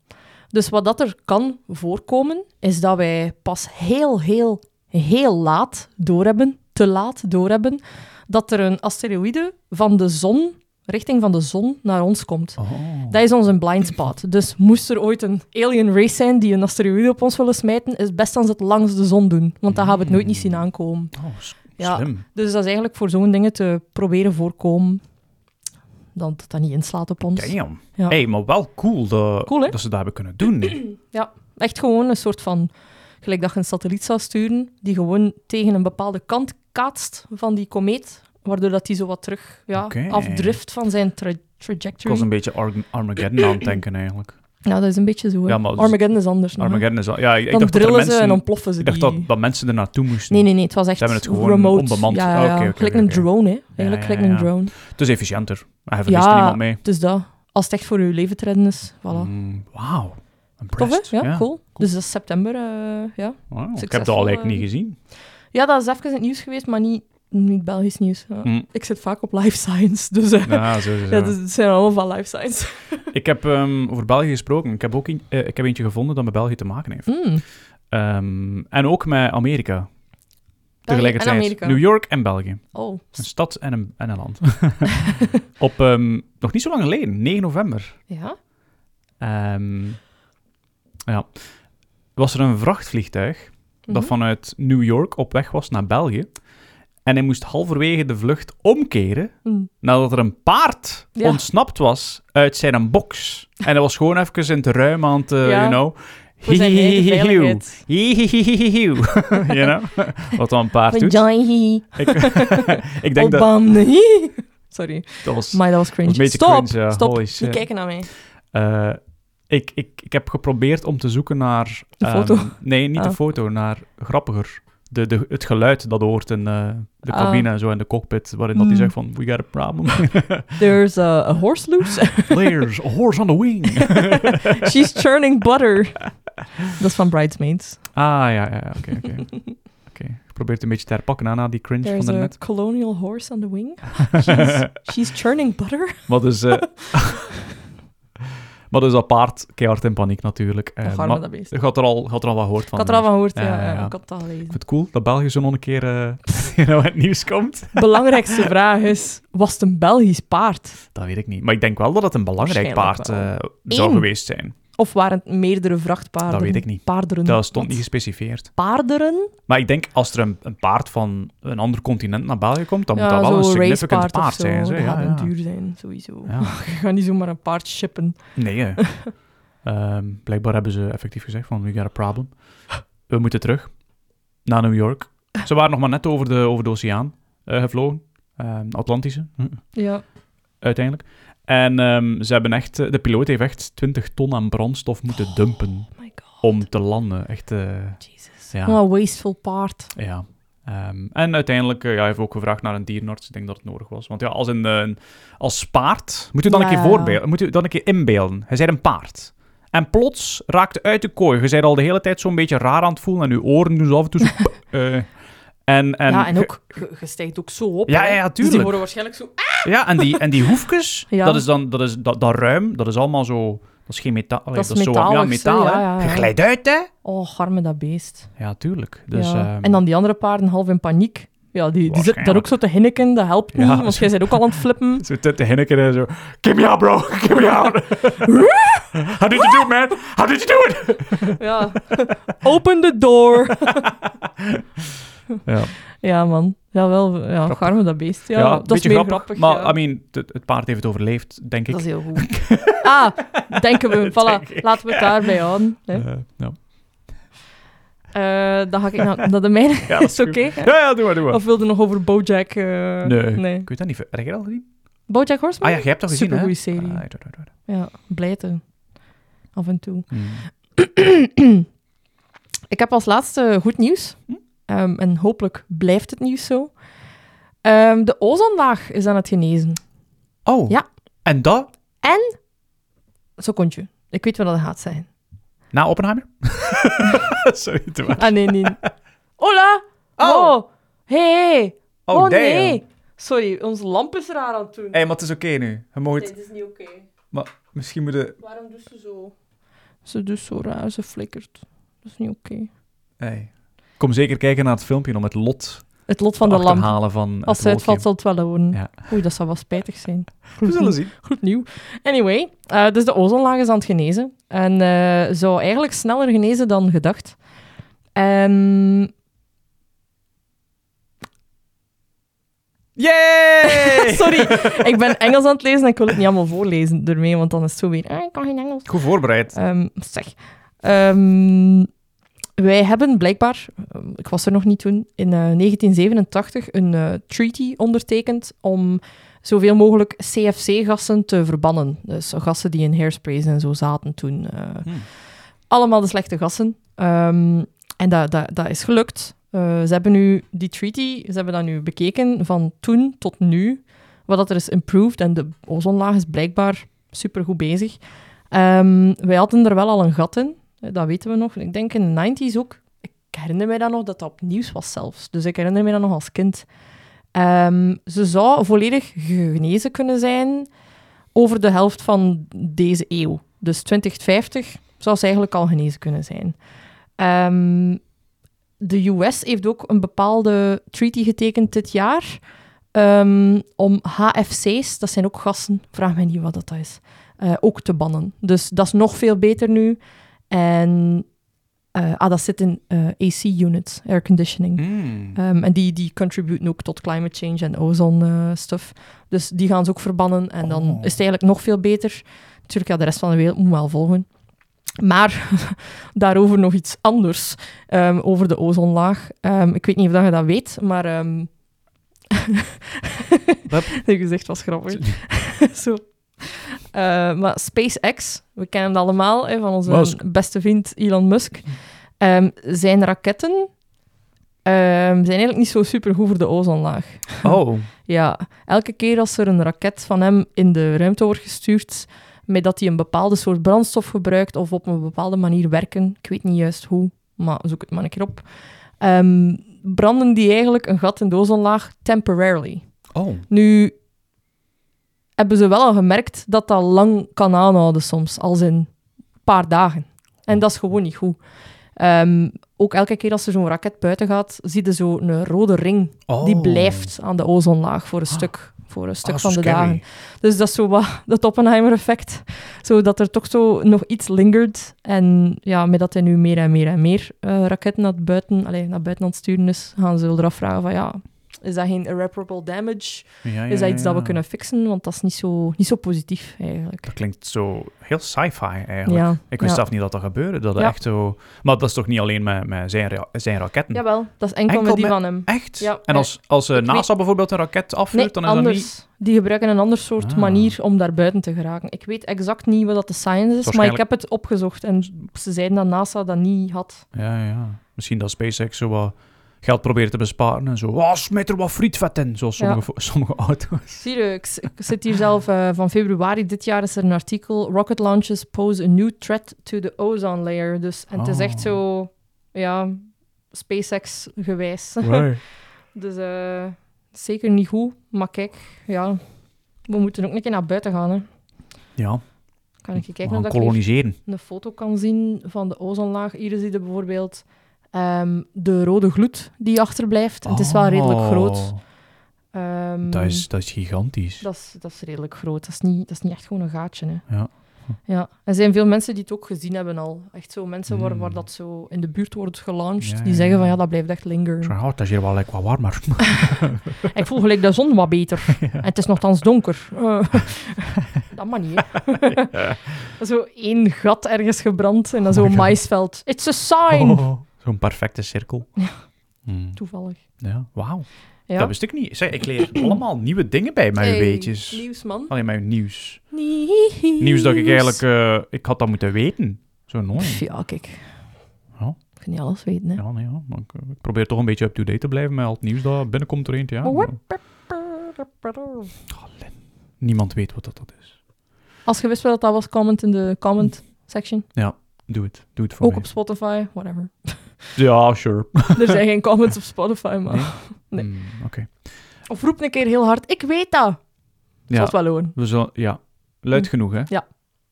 Dus wat dat er kan voorkomen, is dat wij pas heel, heel, heel laat doorhebben, te laat doorhebben, dat er een asteroïde van de zon, richting van de zon, naar ons komt.
Oh.
Dat is onze blind spot. Dus moest er ooit een alien race zijn die een asteroïde op ons willen smijten, is het best als ze het langs de zon doen, want dan gaan we het nooit niet zien aankomen.
Oh, s-
Ja.
slim.
Dus dat is eigenlijk voor zo'n dingen te proberen voorkomen, dat het dat niet inslaat op ons.
Damn.
Ja.
hey, maar wel cool, dat-
Cool, hè?
dat ze dat hebben kunnen doen.
Ja, echt gewoon een soort van... Gelijk dat je een satelliet zou sturen die gewoon tegen een bepaalde kant kaatst van die komeet, waardoor dat die zo wat terug ja,
Oké.
afdrift van zijn tra-
Ik was
trajectory.
een beetje Arg- Armageddon aan het denken, eigenlijk.
Ja, dat is een beetje zo. hè.
Ja, maar dus-
Armageddon is anders. nog, hè.
Armageddon is al... Ja, ik, ik
Dan
dacht dat er
drillen ze
mensen...
en dan ploffen ze
ik dacht
die.
dat, dat mensen er naartoe moesten.
Nee, nee, nee. Het was echt
hebben het gewoon
remote.
onbemand.
Ja, ja,
Ah,
ja.
oké, oké,
gelijk
oké,
een
oké.
drone, hè. Eigenlijk
ja,
gelijk
ja.
een drone.
Het is efficiënter. En je verliest
Ja.
er niemand mee.
Dus dat. Als het echt voor je leven te redden is, voilà.
Mm, Wauw.
Tof,
Impressed.
hè? Ja, cool. Dus dat is september, eh, ja.
Wauw, Ik heb dat
Succesvol,
al eigenlijk
eh.
niet gezien.
Ja, dat is even in het nieuws geweest, maar niet, niet Belgisch nieuws. Ja.
Mm.
Ik zit vaak op life science, dus eh,
Ja, zo, zo, zo.
ja, dus het zijn allemaal van life science.
Ik heb ehm, over België gesproken. Ik heb ook een- eh, ik heb eentje gevonden dat met België te maken heeft.
Mm.
Ehm, en ook met Amerika. Tegelijkertijd.
Amerika.
New York en België.
Oh,
Een stad en een, en een land. Op ehm, nog niet zo lang geleden, 9 november,
ja?
ehm, ja, was er een vrachtvliegtuig dat
Mhm.
vanuit New York op weg was naar België. En hij moest halverwege de vlucht omkeren
Hm.
nadat er een paard
Ja.
ontsnapt was uit zijn box. En hij was gewoon even in het ruim aan het, eh,
Ja.
you know...
Voor zijn eigen
hihihihihiu.
veiligheid.
Hihihihihihiu. you know? Wat dan een paard doet.
Vagina.
Ik, ik denk dat...
Obama. Sorry.
Dat was,
Maar dat was
was
cringe.
een beetje
Stop.
cringe, ja.
Stop.
Holy
Niet
shit.
kijken naar mij.
Eh, ik, ik, ik heb geprobeerd om te zoeken naar...
De
ehm,
foto.
nee, niet de
Ah.
foto, naar grappiger. De, de, het geluid dat hoort in eh, de
Ah.
cabine en zo in de cockpit, waarin dat hij
Hmm.
zegt van, we got a problem.
There's a, a horse loose.
There's a horse on the wing.
She's churning butter. Dat is van Bridesmaids.
Ah, ja, ja, ja, oké, oké. Oké, ik probeer het een beetje te herpakken hè, na die cringe
There's
van
a
daarnet.
colonial horse on the wing. She's, she's churning butter.
Maar dus... eh maar dus dat paard, keihard in paniek natuurlijk. Eh,
Nog arme
maar
dat beest.
je had er al, had er al wat gehoord
Ik
van.
had er al van gehoord, ja.
Ja, ja,
ja,
ja.
Ik had het al
Ik
gelezen.
vind het cool dat België zo nog een keer eh nou het nieuws komt.
Belangrijkste vraag is, was het een Belgisch paard?
Dat weet ik niet. Maar ik denk wel dat het een belangrijk
Waarschijnlijk
paard eh, zou
Eén.
geweest zijn.
Of waren het meerdere vrachtpaarden?
Dat weet ik niet.
Paarderen.
Dat stond
Wat?
niet gespecificeerd.
Paarderen?
Maar ik denk, als er een, een paard van een ander continent naar België komt, dan
Ja,
moet dat wel een
zo'n
significant
racepaard
paard,
of zo.
zijn. Zo.
Dat gaat
Ja,
een
ja.
duur zijn, sowieso.
Ja.
Je gaat niet zomaar een paard shippen.
Nee, hè. Ehm, blijkbaar hebben ze effectief gezegd van, we got a problem. We moeten terug naar New York. Ze waren nog maar net over de, over de oceaan eh, gevlogen. Ehm, Atlantische, hm,
Ja.
uiteindelijk. En ehm, ze hebben echt, eh, de piloot heeft echt 20 ton aan brandstof moeten dumpen
Oh my god,
om te landen. Echt, eh,
Jesus.
ja.
Wat een wasteful paard.
ja. Ehm, en uiteindelijk, eh, ja, hij heeft ook gevraagd naar een dierenarts. Ik denk dat het nodig was. Want ja, als, een, eh, als paard... Moet u dan een
Ja.
keer voorbeelden. Moet u dan een keer inbeelden. Hij zei een paard. En plots raakte uit de kooi. Je zei al de hele tijd zo'n beetje raar aan het voelen. En uw oren doen zo af en toe zo... eh, en, en,
ja, en
ge-
ook, je- je stijgt ook zo op.
Ja,
hè.
ja, ja,
Dus
tuurlijk.
die worden waarschijnlijk zo... "Ah!"
Ja, en die, en die hoefjes,
Ja.
dat is dan dat, is, dat, dat ruim, dat is allemaal zo... Dat is geen metaal. allee,
Dat is
zo, ja,
metalig,
metaal,
zo,
hè.
ja, ja, ja.
Je glijdt uit, hè?
Oh, arme dat beest.
Ja, tuurlijk. Dus,
Ja.
ehm,
En dan die andere paarden half in paniek. Ja, die, die zit daar ook
Waarschijnlijk.
zo te hinniken, dat helpt
Ja,
niet, want jij bent ook al aan het flippen.
Zo te, te hinniken en zo... Give me out, bro! Give me out! How did you do it, man? How did you do it?
Ja. Open the door!
Ja,
Ja, man. Ja, wel. Ja,
Grappig.
garme dat beest. Ja,
Ja,
dat is meer grappig.
maar,
ja.
I mean, het, het paard heeft het overleefd, denk ik.
Dat is heel goed. ah, denken we. Voilà,
Denk ik.
laten we het daarbij houden. Hè.
Eh, ja.
Eh, dan ga ik naar, naar de mijne.
Ja, dat
is
goed.
oké. hè?
Ja, ja, doe maar, doe maar.
Of wilde nog over Bojack... eh,
Nee. Kun je dat niet... ver- Heb jij dat al gezien?
Bojack Horseman?
Ah ja, jij hebt dat gezien, hè?
Supergoeie serie.
Ah, right, right, right, right.
Ja, blijten. Af en toe.
Hmm.
Ik heb als laatste goed nieuws.
Hm?
Ehm, en hopelijk blijft het nieuws zo. Ehm, de ozonlaag is aan het genezen.
Oh,
Ja.
en dat?
Zo kon je. Ik weet wat dat gaat zijn.
Na Oppenheimer? Sorry, te maar.
Ah, nee, nee. Hola!
Oh.
Hey, hey.
Oh, damn.
nee. Sorry, onze lamp is raar aan het doen.
Hé, maar het is oké nu. Je mag het-
dit is niet oké.
Maar misschien moet je...
Waarom doet ze zo? Ze doet zo raar, ze flikkert. Dat is niet oké.
Hey. Kom zeker kijken naar het filmpje om het lot
Het lot
te
van de lamp.
achterhalen van
Als
het
ze uitvalt,
wolkje.
zal het wel horen.
Ja.
Oei, dat zou wel spijtig zijn.
We zullen zien.
Goed nieuw. Anyway, eh, dus de ozonlaag is aan het genezen. En eh, zou eigenlijk sneller genezen dan gedacht. Ehm,
Yay!
sorry, ik ben Engels aan het lezen en ik wil het niet allemaal voorlezen ermee, want dan is het zo weer... Ah, ik kan geen Engels.
Goed voorbereid.
Ehm, zeg. Ehm, wij hebben blijkbaar, ehm, ik was er nog niet toen, in eh, 1987 een eh, treaty ondertekend om zoveel mogelijk CFC-gassen te verbannen. Dus gassen die in hairsprays en zo zaten toen. eh,
Hmm.
Allemaal de slechte gassen. Ehm, en dat, dat, dat is gelukt. Eh, ze hebben nu die treaty, ze hebben dat nu bekeken van toen tot nu, wat dat er is improved. En de ozonlaag is blijkbaar supergoed bezig. Ehm, wij hadden er wel al een gat in, eh, dat weten we nog. Ik denk in de 90s ook. Ik herinner mij dat nog dat dat opnieuw was zelfs. Dus ik herinner mij dat nog als kind. Ehm, ze zou volledig genezen kunnen zijn over de helft van deze eeuw. Dus 2050 zou ze eigenlijk al genezen kunnen zijn. Ehm, de US heeft ook een bepaalde treaty getekend dit jaar ehm, om HFC's, dat zijn ook gassen, vraag mij niet wat dat is, eh, ook te bannen. Dus dat is nog veel beter nu. En eh, ah, dat zit in eh, AC units, air conditioning.
Hmm.
Ehm, en die, die contributen ook tot climate change en ozone eh, stuff. Dus die gaan ze ook verbannen. En dan
Oh.
is het eigenlijk nog veel beter. Natuurlijk, ja, de rest van de wereld moet wel volgen. Maar daarover nog iets anders. ehm, over de ozonlaag. Ehm, ik weet niet of dat je dat weet, maar... ehm
Wat?
je gezicht was grappig. Zo. Eh, maar SpaceX, we kennen het allemaal hè, van onze
Musk.
beste vriend Elon Musk. Ehm, zijn raketten ehm, zijn eigenlijk niet zo super goed voor de ozonlaag.
Oh,
Ja, elke keer als er een raket van hem in de ruimte wordt gestuurd, met dat hij een bepaalde soort brandstof gebruikt of op een bepaalde manier werken, ik weet niet juist hoe, maar zoek het maar een keer op, ehm, branden die eigenlijk een gat in de ozonlaag temporarily.
oh.
Nu hebben ze wel al gemerkt dat dat lang kan aanhouden soms, als in een paar dagen. En dat is gewoon niet goed. Ehm, ook elke keer als er zo'n raket buiten gaat, zie je zo'n rode ring.
oh.
Die blijft aan de ozonlaag voor een
Ah.
stuk, voor een stuk
Ah,
van de
scary.
dagen. Dus dat is zo wat dat Oppenheimer-effect. Zodat er toch zo nog iets lingert. En ja, met dat hij nu meer en meer en meer eh, raketten naar buiten, allee, naar buiten aan het sturen is, gaan ze eraf vragen van ja, is dat geen irreparable damage?
Ja, ja,
Is Dus dat
ja,
iets dat we
ja.
kunnen fixen? Want dat is niet zo, niet zo positief eigenlijk.
Dat klinkt zo heel sci-fi eigenlijk.
Ja,
Ik wist
ja.
zelf niet dat dat gebeurde. Dat het
Ja.
echt zo... Maar dat is toch niet alleen met, met zijn, ra- zijn raketten?
Jawel, dat is enkel,
Enkel
met die
met-
van hem.
Echt?
Ja,
en
eh,
als, als eh,
ik
NASA bijvoorbeeld een raket afvuurt,
Nee,
dan is dat niet...
anders. Die gebruiken een ander soort
Ah.
manier om daar buiten te geraken. Ik weet exact niet wat dat de science is, maar ik
Waarschijnlijk-
heb het opgezocht. En ze zeiden dat NASA dat niet had.
Ja, ja. Misschien dat SpaceX zo wat geld probeert te besparen en zo. Oh, smijt er wat frietvet in, zoals
Ja.
sommige, sommige auto's.
Zie je, ik, s- ik zit hier zelf eh, van februari dit jaar is er een artikel. Rocket launches pose a new threat to the ozone layer. Dus, en het is echt
Oh.
zo, ja, SpaceX gewijs. Dus eh, zeker niet goed. Maar kijk, ja, we moeten ook een keer naar buiten gaan. Hè.
Ja,
Kan ik je
we
kijken
gaan
of dat ik hier
koloniseren.
een foto kan zien van de ozonlaag. Hier zie je bijvoorbeeld ehm, de rode gloed die achterblijft. En het is wel redelijk groot.
Oh,
Ehm,
Dat is, dat is gigantisch.
dat, is, dat is redelijk groot. Dat is niet, dat is niet echt gewoon een gaatje. Hè.
Ja.
Ja. Er zijn veel mensen die het ook gezien hebben al. Echt zo mensen waar, waar
Mm.
dat zo in de buurt wordt
Ja,
gelaunched.
ja,
die zeggen van
ja.
ja, dat blijft echt lingeren.
Zo, oh, dat is hier wel lekker wat warmer.
Ik voel gelijk de zon wat beter. En het is nogthans donker. Eh, dat mag niet, hè. zo één gat ergens gebrand en dan
Oh
zo'n
my God.
maisveld. It's a sign!
Oh, Zo'n perfecte cirkel. Hmm,
Toevallig.
Ja, wauw.
Ja.
Dat wist ik niet. Zeg, ik leer allemaal nieuwe dingen bij mijn
Hey,
weetjes.
Nieuws, man.
Alleen mijn nieuws.
Nieuws.
Nieuws dat ik eigenlijk... eh, ik had dat moeten weten. Zo nooit.
Pff, Ja, kijk.
Ja.
Ik kan niet alles weten, hè.
Ja, nee, ja. Maar ik, eh, ik probeer toch een beetje up-to-date te blijven met al het nieuws dat binnenkomt er eentje. Ja. Maar Niemand weet wat dat, dat is.
Als je wist wat dat was, comment in de comment section.
Doe het. Doe het voor
Ook
mij.
op Spotify, whatever.
Ja, sure.
er zijn geen comments op Spotify, maar... Nee.
Hmm, Oké.
Of roep een keer heel hard, ik weet dat! Ja.
Ja,
wel horen.
we zullen, ja, luid
Hm.
genoeg, hè.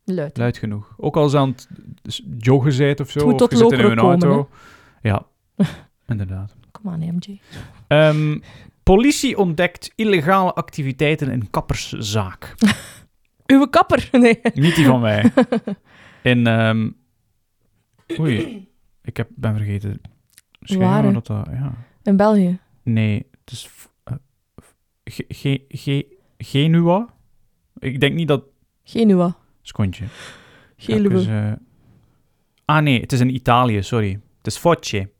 Luid.
Luid genoeg. Ook als je aan het s- joggen bent of zo,
Het moet
of
tot
je zit in een
lokeren komen,
auto. Ja, inderdaad.
Kom aan, MJ.
Ehm, politie ontdekt illegale activiteiten in kapperszaak.
Uwe kapper! Nee.
Niet die van mij. In, ehm, Oei, ik heb, ben vergeten.
Waar,
Schrijven
hè?
dat dat... Ja.
In België.
Nee, het is... v- eh, G- G- G- Genua? Ik denk niet dat...
Genua.
Skontje. Ga ik
Geluwe.
eens, eh, Ah nee, het is in Italië, sorry. Het is Foce.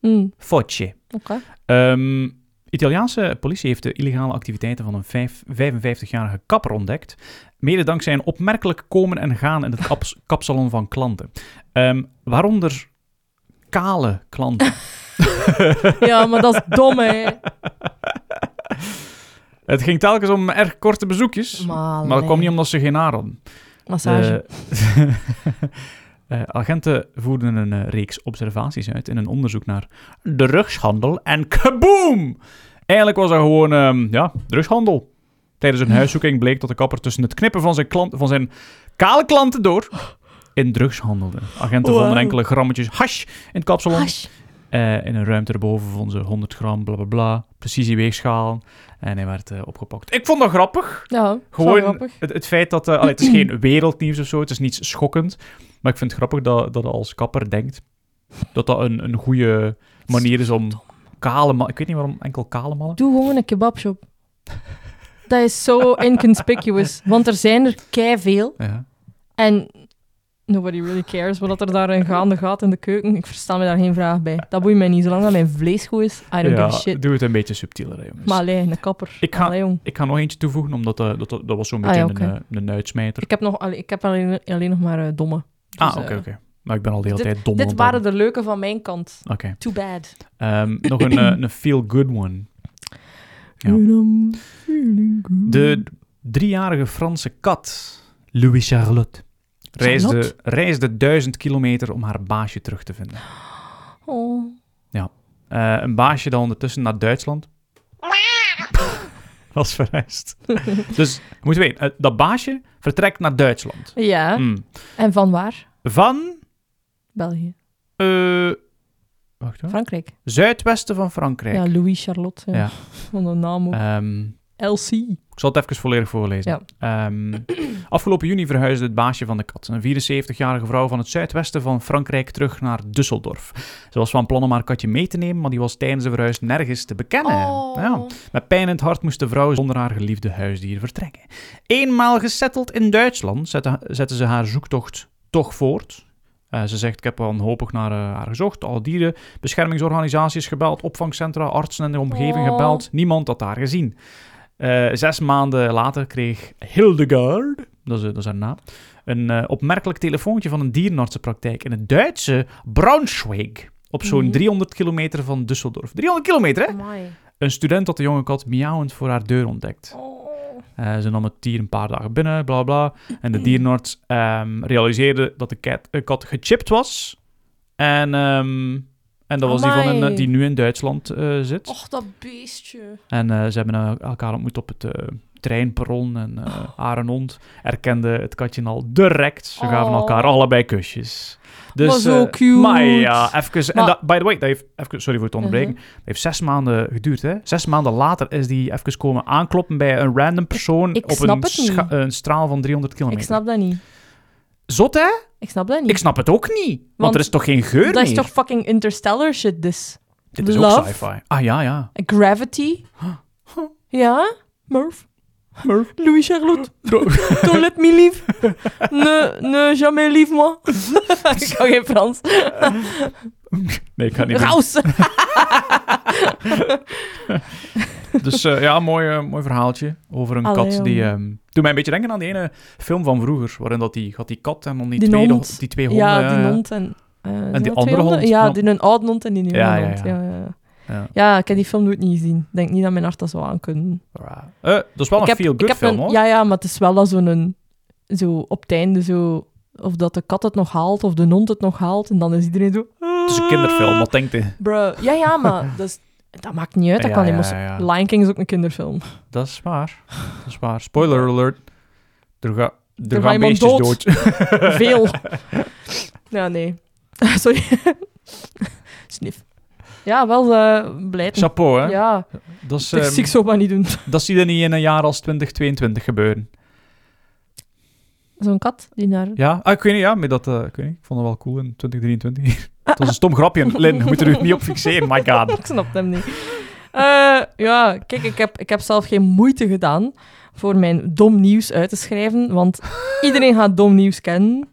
Mm,
Foce.
Oké.
Ehm, Italiaanse politie heeft de illegale activiteiten van een vijf- 55-jarige kapper ontdekt. Mede dankzij een opmerkelijk komen en gaan in het kaps- kapsalon van klanten. Ehm, waaronder kale klanten.
Ja, maar dat is dom, hè.
het ging telkens om erg korte bezoekjes. Maar,
Maar,
dat kwam niet omdat ze geen haar hadden.
Massage.
Eh, eh, agenten voerden een eh, reeks observaties uit in een onderzoek naar drugshandel en kaboom! Eigenlijk was dat gewoon, ehm, ja, drugshandel. Tijdens een huiszoeking bleek dat de kapper tussen het knippen van zijn, klant, van zijn kale klanten door in drugs handelde. Agenten
Wauw.
vonden enkele grammetjes hash in het kapsalon.
Hash.
Eh, in een ruimte erboven vonden ze 100 gram, bla bla bla. Precisie weegschaal. En hij werd eh, opgepakt. Ik vond dat grappig.
Ja, is wel
Gewoon
grappig.
het, het feit dat... eh, allee, het is geen wereldnieuws of zo, het is niets schokkend. Maar ik vind het grappig dat, dat je als kapper denkt... Dat dat een, een goede manier is om kale ma- Ik weet niet waarom enkel kale mannen.
Doe gewoon een kebabshop. Dat is zo inconspicuous, want er zijn er kei veel.
Ja.
En nobody really cares wat er daarin gaande gaat in de keuken. Ik versta me daar geen vraag bij. Dat boeit mij niet. Zolang dat mijn vlees goed is, I don't give
Ja, dus-
a shit.
Doe het een beetje subtieler, hè, jongens.
Maar allee, een kapper.
Ik ga-
Allee, jong.
Ik ga nog eentje toevoegen, omdat eh, dat, dat, dat was zo'n
Ah,
beetje
ja, oké.
een, eh, een uitsmijter.
Ik heb, nog, allee, ik heb alleen, alleen nog maar eh, domme. Dus,
ah, oké,
eh,
oké. Maar ik ben al de hele tijd dom.
Dit
aan het
waren
worden.
de leuke van mijn kant.
Oké.
Too bad.
Ehm, nog een, eh, een feel-good one. Ja.
And I'm feeling good.
De driejarige Franse kat, Louis Charlotte, reisde,
Charlotte?
reisde duizend kilometer om haar baasje terug te vinden.
Oh.
Eh, een baasje dat ondertussen naar Duitsland was verhuisd. dus je moet weten, eh, dat baasje vertrekt naar Duitsland.
Ja,
Hmm.
en van waar?
Van,
België.
eh, wacht hoor,
Frankrijk.
zuidwesten van Frankrijk.
Ja, Louis Charlotte. Ja.
Ja.
Van de naam ook.
Ehm,
Elsie.
Ik zal het even volledig voorlezen. Ehm, afgelopen juni verhuisde het baasje van de kat, een 74-jarige vrouw van het zuidwesten van Frankrijk, terug naar Düsseldorf. Ze was van plan om haar katje mee te nemen, maar die was tijdens de verhuis nergens te bekennen.
Oh,
Ja. Met pijn in het hart moest de vrouw zonder haar geliefde huisdier vertrekken. Eenmaal gesetteld in Duitsland zette, zette ze haar zoektocht toch voort. Eh, ze zegt, ik heb wanhopig naar eh, haar gezocht. Alle dieren, beschermingsorganisaties gebeld, opvangcentra, artsen in de omgeving
Oh.
gebeld. Niemand had haar gezien. Eh, zes maanden later kreeg Hildegard, dat is, eh, dat is haar naam, een eh, opmerkelijk telefoontje van een dierenartsenpraktijk in het Duitse Braunschweig. Op zo'n
Mhm.
300 kilometer van Düsseldorf. 300 kilometer, hè?
Amai.
Een student had de jonge kat miauwend voor haar deur ontdekt.
Oh.
Eh, ze nam het dier een paar dagen binnen, bla bla. En de dierenarts ehm, realiseerde dat de kat, eh, kat gechipt was. En, ehm, en dat was die, van een,
Amai.
eh, die nu in Duitsland eh, zit.
Och, dat beestje.
En eh, ze hebben eh, elkaar ontmoet op het eh, treinperron. En eh haar en hond herkende het katje al direct. Ze gaven
Oh. Oh.
elkaar allebei kusjes. Dus,
Maar zo
eh,
cute.
Maar ja, even...
Maar- Uh-huh.
En dat, by the way, dat heeft, even, sorry voor het onderbreken. Dat heeft zes maanden geduurd, hè. Zes maanden later is die even komen aankloppen bij een random persoon...
Ik
op
snap
een,
het niet.
scha- een straal van 300 kilometer.
Ik snap dat niet.
Zot, hè?
Ik snap dat niet.
Ik snap het ook niet. Want,
Want
er is toch geen geur
dat is
meer?
toch fucking interstellar shit, dus.
Dit is
love?
ook sci-fi. Ah, ja, ja.
Gravity. Ja? Murph.
Murph.
Louis Charlotte. Don't let me leave. Ne, ne jamais leave moi. ik kan geen Frans.
Nee, ik ga het niet doen.
Raus.
Dus eh, ja, mooi, eh, mooi verhaaltje over een
Allee,
kat die... ehm doet mij een beetje denken aan die ene film van vroeger, waarin dat die, had die kat en dan die,
Die
twee,
hond.
hond- die twee honden...
Ja, die
eh,
hond en... eh, zijn dat
die
twee
andere
honden?
hond?
Ja,
Ja.
die een oude hond en die nieuwe
Ja, ja,
hond.
ja.
Ja, ja, ja.
Ja.
Ja, ik heb die film nooit niet gezien. Ik denk niet dat mijn hart dat zou aankunnen.
Alright. Eh, dat is wel
ik
een
heb, ik
feel-good
heb
film,
een,
hoor.
Ja, ja, maar het is wel dat zo'n... een- Zo op het einde zo... Of dat de kat het nog haalt, of de hond het nog haalt. En dan is iedereen zo...
Het is een kinderfilm, wat denkt hij?
Bruh. Ja, ja, maar dat, is- dat maakt niet uit. Dat
Ja,
kan
ja,
emotie-
ja.
Lion King is ook een kinderfilm.
Dat is waar. Dat is waar. Spoiler alert. Er, ga, er,
gaat
gaan
iemand
beestjes
dood.
dood.
Veel. Ja, nee. Sorry. Snif. Ja, wel eh blijd.
Chapeau, hè?
Ja,
Dat, is,
dat
ehm,
zie ik zo maar niet doen.
dat zie je niet in een jaar als 2022 gebeuren.
Zo'n kat die naar...
Ja, ah, ik weet niet, ja, maar dat, eh, ik, weet niet, ik vond dat wel cool in 2023. Het was een stom grapje, Lin. We moeten er niet op fixeren, my god.
Ik snap hem niet. Eh, ja, kijk, ik heb, ik heb zelf geen moeite gedaan voor mijn dom nieuws uit te schrijven, want iedereen gaat dom nieuws kennen.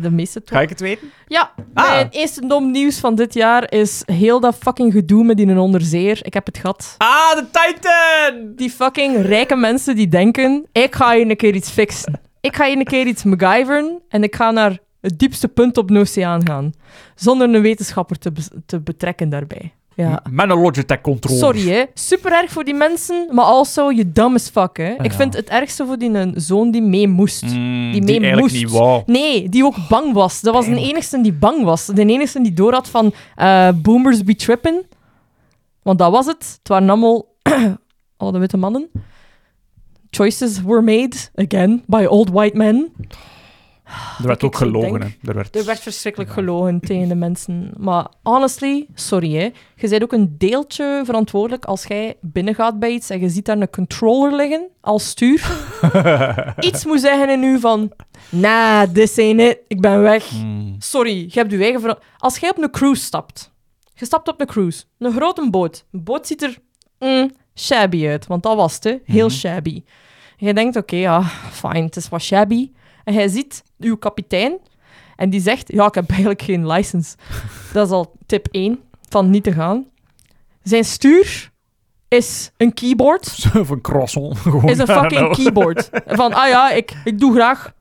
De meeste toch.
Ga ik het weten?
Ja,
Ah.
mijn eerste dom nieuws van dit jaar is heel dat fucking gedoe met die een onderzeer. Ik heb het gehad.
Ah, de Titan!
Die fucking rijke mensen die denken, ik ga hier een keer iets fixen. Ik ga hier een keer iets MacGyveren en ik ga naar het diepste punt op de oceaan gaan. Zonder een wetenschapper te, be- te betrekken daarbij. Ja.
M- Met een Logitech controller.
Sorry, hè. Super erg voor die mensen, maar also, je dumb as fuck, hè. Ik
ja.
vind het ergste voor die een zoon die mee moest.
Mm,
Die
die
mee
eigenlijk
moest.
niet wou.
Nee, die ook bang was. Dat was de
Pijnlijk.
enigste die bang was. De enigste die door had van eh, boomers be tripping. Want dat was het. Het waren allemaal oude witte mannen. Choices were made, again, by old white men.
Er werd
Ah, ik
ook
zo
gelogen.
denk.
hè. Er werd,
Er werd verschrikkelijk
Ja.
gelogen tegen de mensen. Maar honestly, sorry hè. Je bent ook een deeltje verantwoordelijk als jij binnengaat bij iets en je ziet daar een controller liggen als stuur. Iets moet zeggen in u van, nah, this ain't it, ik ben weg.
Mm,
Sorry, je hebt je eigen vera- Als jij op een cruise stapt, je stapt op een cruise, een grote boot. Een boot ziet er mm, shabby uit, want dat was het, hè. heel
Mhm.
shabby. En je denkt, oké, ja, fijn, het is wat shabby. En jij ziet uw kapitein en die zegt, ja, ik heb eigenlijk geen license. dat is al tip 1, van niet te gaan. Zijn stuur is een keyboard
Of een croissant. Gewoon,
is een
I don't know.
fucking keyboard. Van, ah ja, ik, ik doe graag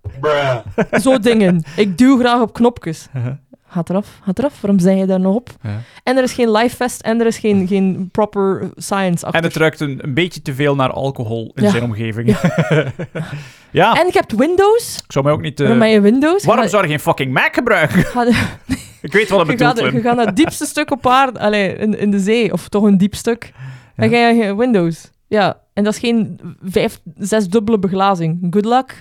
zo dingen. Ik duw graag op knopjes.
Ja.
Gaat eraf, gaat eraf. Waarom zijn je daar nog op?
Ja.
En er is geen live vest en er is geen, geen proper science achter.
En het ruikt een, een beetje te veel naar alcohol in
Ja.
zijn omgeving. ja,
En je hebt Windows.
ik zou mij ook niet... eh,
waarom heb je Windows? Je
waarom
gaat-
zou je geen fucking Mac gebruiken?
gaat-
ik weet wat het
je, gaat,
bedoelt,
je
Lynn.
gaat naar het diepste stuk op aarde. Allee, in, in de zee. Of toch een diep stuk. En
Ja.
jij hebt geen Windows. Ja. En dat is geen vijf, zes dubbele beglazing. Good luck.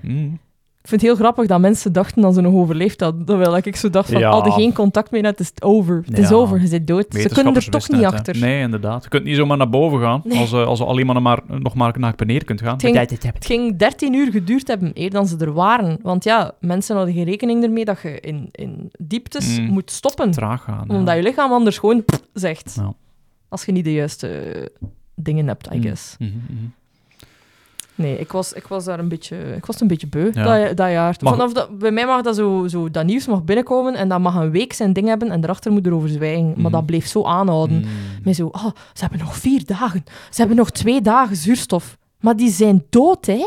Mm.
Ik vind het heel grappig dat mensen dachten dat ze nog overleefd hadden. Terwijl ik zo dacht van,
Ja.
hadden geen contact meer, het is over. Het is
Ja.
over, je zit dood. Ze kunnen er
Wetenschappers
toch
wisten
niet
het, hè.
achter.
Nee, inderdaad. Je kunt niet zomaar naar boven gaan
Nee.
als, eh, als je alleen maar, naar- nog maar naar beneden kunt gaan.
Het ging-
Ja, dit heb ik.
Het ging 13 uur geduurd hebben, eer dan ze er waren. Want ja, mensen hadden geen rekening ermee dat je in, in dieptes
Mm.
moet stoppen.
traag gaan. ja.
Omdat je lichaam anders gewoon pff zegt.
Ja.
Als je niet de juiste dingen hebt, I
Mm.
guess.
Mhm, mhm.
Nee, ik was, ik was daar een beetje, ik was een beetje beu
Ja.
dat, dat jaar.
Mag-
Vanaf dat, bij mij mag dat zo, zo, dat nieuws mag binnenkomen en dat mag een week zijn ding hebben en daarachter moet erover zwijgen. Maar
Mhm.
dat bleef zo aanhouden.
Mm.
Mij zo, oh, ze hebben nog vier dagen. Ze hebben nog twee dagen zuurstof. Maar die zijn dood, hè?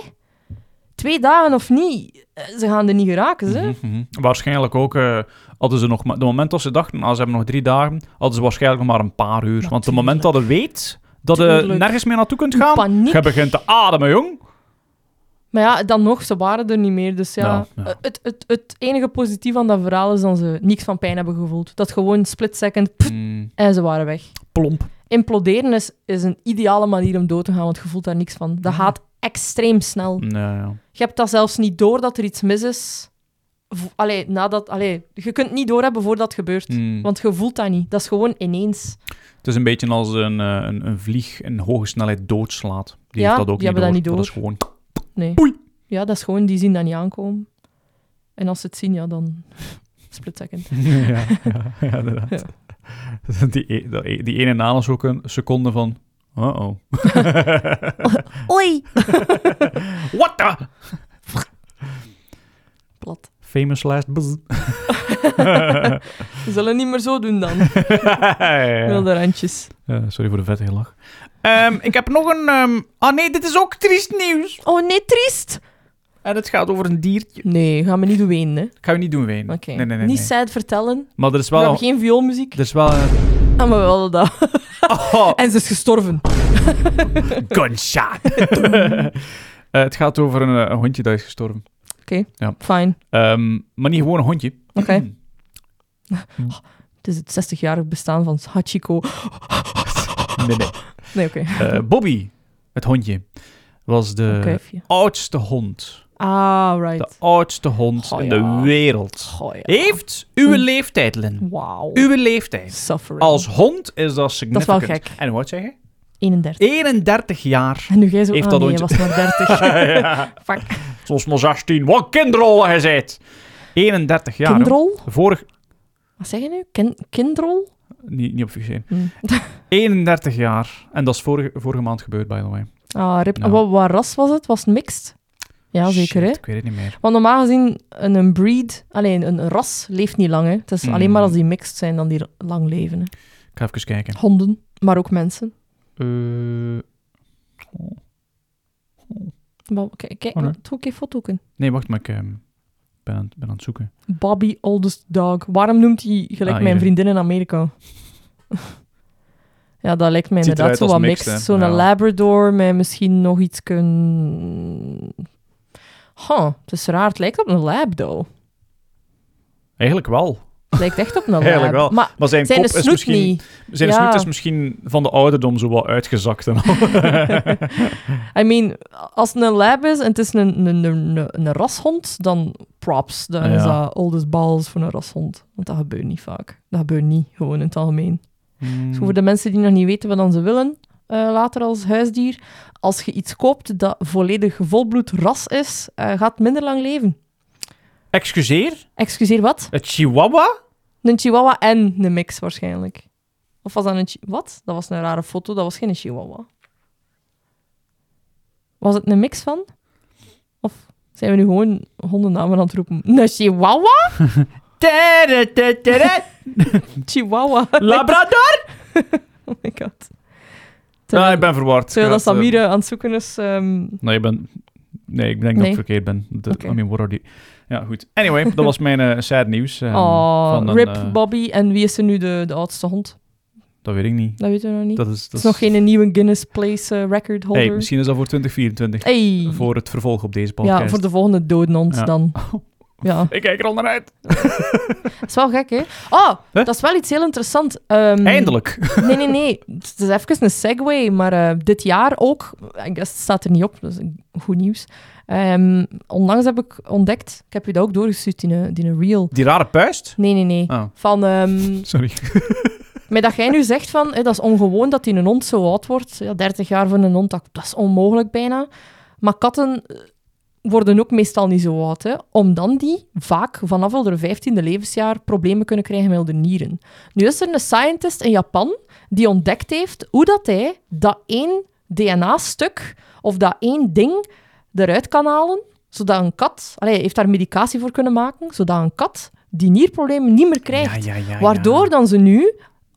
Twee dagen of niet, eh, ze gaan er niet geraken, ze.
Mhm, mhm. Waarschijnlijk ook eh, hadden ze nog... maar- De moment dat ze dachten, ah, ze hebben nog drie dagen, hadden ze waarschijnlijk nog maar een paar uur. Want het moment dat je weet dat je
Tuurlijk.
nergens meer naartoe kunt
In
gaan,
paniek.
je begint te ademen, jong.
Maar ja, dan nog, ze waren er niet meer. Dus ja,
Nou, ja.
Het, het, het enige positief aan dat verhaal is dat ze niks van pijn hebben gevoeld. Dat gewoon split second, pff,
Mm,
en ze waren weg.
Plomp.
Imploderen is, is een ideale manier om dood te gaan, want je voelt daar niks van. Dat
Ja. Mm.
gaat extreem snel.
Ja, ja.
Je hebt dat zelfs niet door dat er iets mis is. V- Allee, nadat, allee, je kunt het niet doorhebben voordat het gebeurt.
Mm.
Want je voelt dat niet. Dat is gewoon ineens.
Het is een beetje als een, eh, een, een vlieg in hoge snelheid doodslaat. Die
Ja,
heeft dat ook
die
niet,
hebben dat
door.
niet
Dat is gewoon...
Nee.
Poei.
Ja, dat is gewoon, die zien dat niet aankomen. En als ze het zien, ja, dan... Split second.
ja, ja, ja, inderdaad. Die, e- dat e- die ene naal is ook een seconde van... Uh-oh.
Oei!
What the...
Plat.
Famous last... buzz.
Ze zullen niet meer zo doen dan. Wilde randjes.
Eh, sorry voor de vette lach. Ehm, ik heb nog een... ehm, Ah nee, dit is ook triest nieuws.
Oh nee, triest!
En het gaat over een diertje.
Nee, ga me niet doen wenen, hè.
Ik ga je niet doen wenen.
Oké.
Nee, nee, nee.
niet
nee.
sad vertellen.
Maar er is
We
wel...
hebben geen vioolmuziek.
Er is wel een...
Ah, maar wel dat.
Oh,
En ze is gestorven.
gunshot. Eh, het gaat over een, eh, een hondje dat is gestorven.
Fijn.
Ehm, maar niet gewoon een hondje.
Oké.
Hm.
Hm. Het is het 60-jarig bestaan van Hachiko.
Nee, nee.
Nee, oké.
Eh, Bobby, het hondje, was de
Kuifje.
oudste hond.
Ah,
De
right.
oudste hond
Oh,
in
ja.
de wereld.
Goh, ja.
Heeft uw
Mm.
leeftijd, Lynn.
Wauw.
Uw leeftijd.
Suffering.
Als hond is dat
Hm. dat is wel
significant.
gek.
En wat zeg je?
31.
31 jaar.
En nu jij zo,
Heeft
ah
dat
nee, je
ooit-
was maar 30.
ja.
Fuck.
Zoals maar 16. Wat kinderrollen hij zijt. 31 jaar. hoor.
Kindrol?
Vorig...
Wat zeg je nu? Kin kindrol?
Niet, niet op VG.
Hm.
31 jaar. En dat is vorige, vorige maand gebeurd, by the way.
Ah, rip.
Ja.
Wat, wat ras was het? Was het mixed? Ja, zeker,
Nou. Shit,
hè?
Ik weet het niet meer.
Want normaal gezien, een, een breed, alleen een een ras, leeft niet lang, hè. Het is
Mm.
alleen maar als die mixed zijn dan die r- lang leven, hè.
Ik ga even kijken.
Honden, maar ook mensen.
Eh, oh.
Wa- Kijk, kijk,
Oh, nee.
doe ik even foto.
Nee, wacht, maar ik ehm, ben, aan, het- ben aan het zoeken.
Bobby Oldest Dog. Waarom noemt hij gelijk
Ah,
mijn
hier.
vriendin in Amerika? ja, dat lijkt me
Het ziet
inderdaad
eruit
zo
als
wat
mixed,
mixed.
hè?
Zo'n
Ja.
Labrador met misschien nog iets kunnen... Huh, het is raar. Het lijkt op een lab, though.
Eigenlijk wel.
Het lijkt echt op een lab.
Eigenlijk wel.
Maar
Maar zijn,
zijn de
kop is
snoet
misschien...
niet.
Zijn
Ja.
snoet is misschien van de ouderdom zo wel uitgezakt en al.
I mean, als het een lab is en het is een, een, een, een, een rashond, dan props. Dan is
Ja.
dat old as balls voor een rashond. Want dat gebeurt niet vaak. Dat gebeurt niet, gewoon in het algemeen. Dus
Hmm.
voor de mensen die nog niet weten wat dan ze willen eh, later als huisdier, als je iets koopt dat volledig volbloed ras is, eh, gaat het minder lang leven.
Excuseer?
Excuseer wat?
Het chihuahua?
Een chihuahua en een mix waarschijnlijk. Of was dat een chi- Wat? Dat was een rare foto, dat was geen chihuahua. Was het een mix van? Of zijn we nu gewoon hondennamen aan het roepen? Een chihuahua?
Tere, tere, tere.
Chihuahua.
Labrador?
oh my god.
Ja,
Terwijl,
ik ben verward.
terwijl dat
Ik had, eh,
Samira aan het zoeken is... ehm,
Nee, ik ben... Nee, ik denk dat
Nee.
ik verkeerd ben. De,
Oké.
I mean, what are the... Ja, goed. Anyway, dat was mijn eh, sad nieuws. eh,
oh,
van een,
Rip,
eh,
Bobby. En wie is er nu de, de oudste hond?
Dat weet ik niet.
Dat weten we nog niet.
Dat is,
het
dat
is nog geen nieuwe Guinness Place eh, record holder.
Hey, misschien is dat voor 2024.
Hey.
Voor het vervolg op deze podcast.
ja, voor de volgende dodenhond
Ja.
dan. Ja,
Ik kijk er al naar uit.
Hmm. dat is wel gek, hè? Oh,
Hè?
dat is wel iets heel interessants. Ehm,
Eindelijk.
Nee, nee, nee. Het is even een segue, maar eh, dit jaar ook, ik guess het staat er niet op, dus goed nieuws. Ehm, onlangs heb ik ontdekt, ik heb je dat ook doorgestuurd in een, in een reel.
Die rare puist?
Nee, nee, nee.
Oh,
Van, ehm,
sorry.
Maar dat jij nu zegt van, hé, dat is ongewoon dat die een hond zo oud wordt. Ja, 30 jaar voor een hond, dat, dat is onmogelijk bijna. Maar katten eh, worden ook meestal niet zo oud, hè, omdat die vaak vanaf al hun 15e levensjaar problemen kunnen krijgen met hun nieren. Nu is er een scientist in Japan die ontdekt heeft hoe dat hij dat één DNA-stuk of dat één ding eruit kan halen, zodat een kat, allee, hij heeft daar medicatie voor kunnen maken, zodat een kat die nierproblemen niet meer krijgt.
Ja, ja, ja, ja.
Waardoor dan ze nu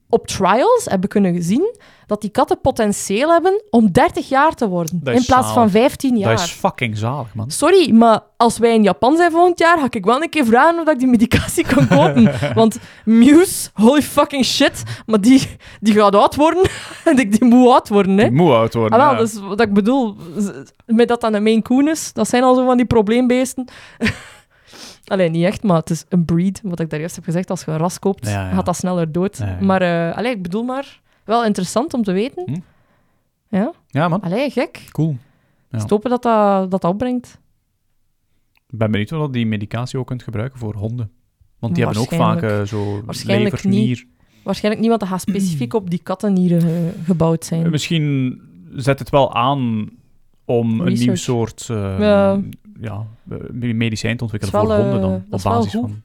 op trials hebben kunnen zien dat die katten potentieel hebben om 30 jaar te worden.
Dat is
in plaats van
zalig.
15 jaar.
Dat is fucking zalig, man.
Sorry, maar als wij in Japan zijn volgend jaar, ga ik wel een keer vragen of dat ik die medicatie kan kopen. Want Muse, holy fucking shit, maar die, die gaat oud worden. en ik die moet oud worden, hè.
Die moet oud worden.
Ah, wel,
ja.
dat is wat ik bedoel. Z- Met dat dan een Maine Coon is, dat zijn al zo van die probleembeesten. Alleen niet echt, maar het is een breed. Wat ik daar eerst heb gezegd, als je een ras koopt,
Ja, ja.
gaat dat sneller dood.
Ja, ja.
Maar eh, allee, ik bedoel maar, wel interessant om te weten.
Hm.
Ja,
Ja, man.
allee, gek.
Cool. Ja.
Stoppen dat dat, dat dat opbrengt.
Ik ben benieuwd of dat die medicatie ook kunt gebruiken voor honden. Want die hebben ook vaak eh, zo
Waarschijnlijk
lever,
niet.
nier.
Waarschijnlijk niemand dat gaat specifiek op die kattennieren eh, gebouwd
Eh,
zijn.
Misschien zet het wel aan om een nieuw
Research.
soort eh,
Ja.
ja, eh, medicijn te ontwikkelen
Dat is
voor
wel,
honden dan.
eh,
Op
dat is wel
basis
goed.
van...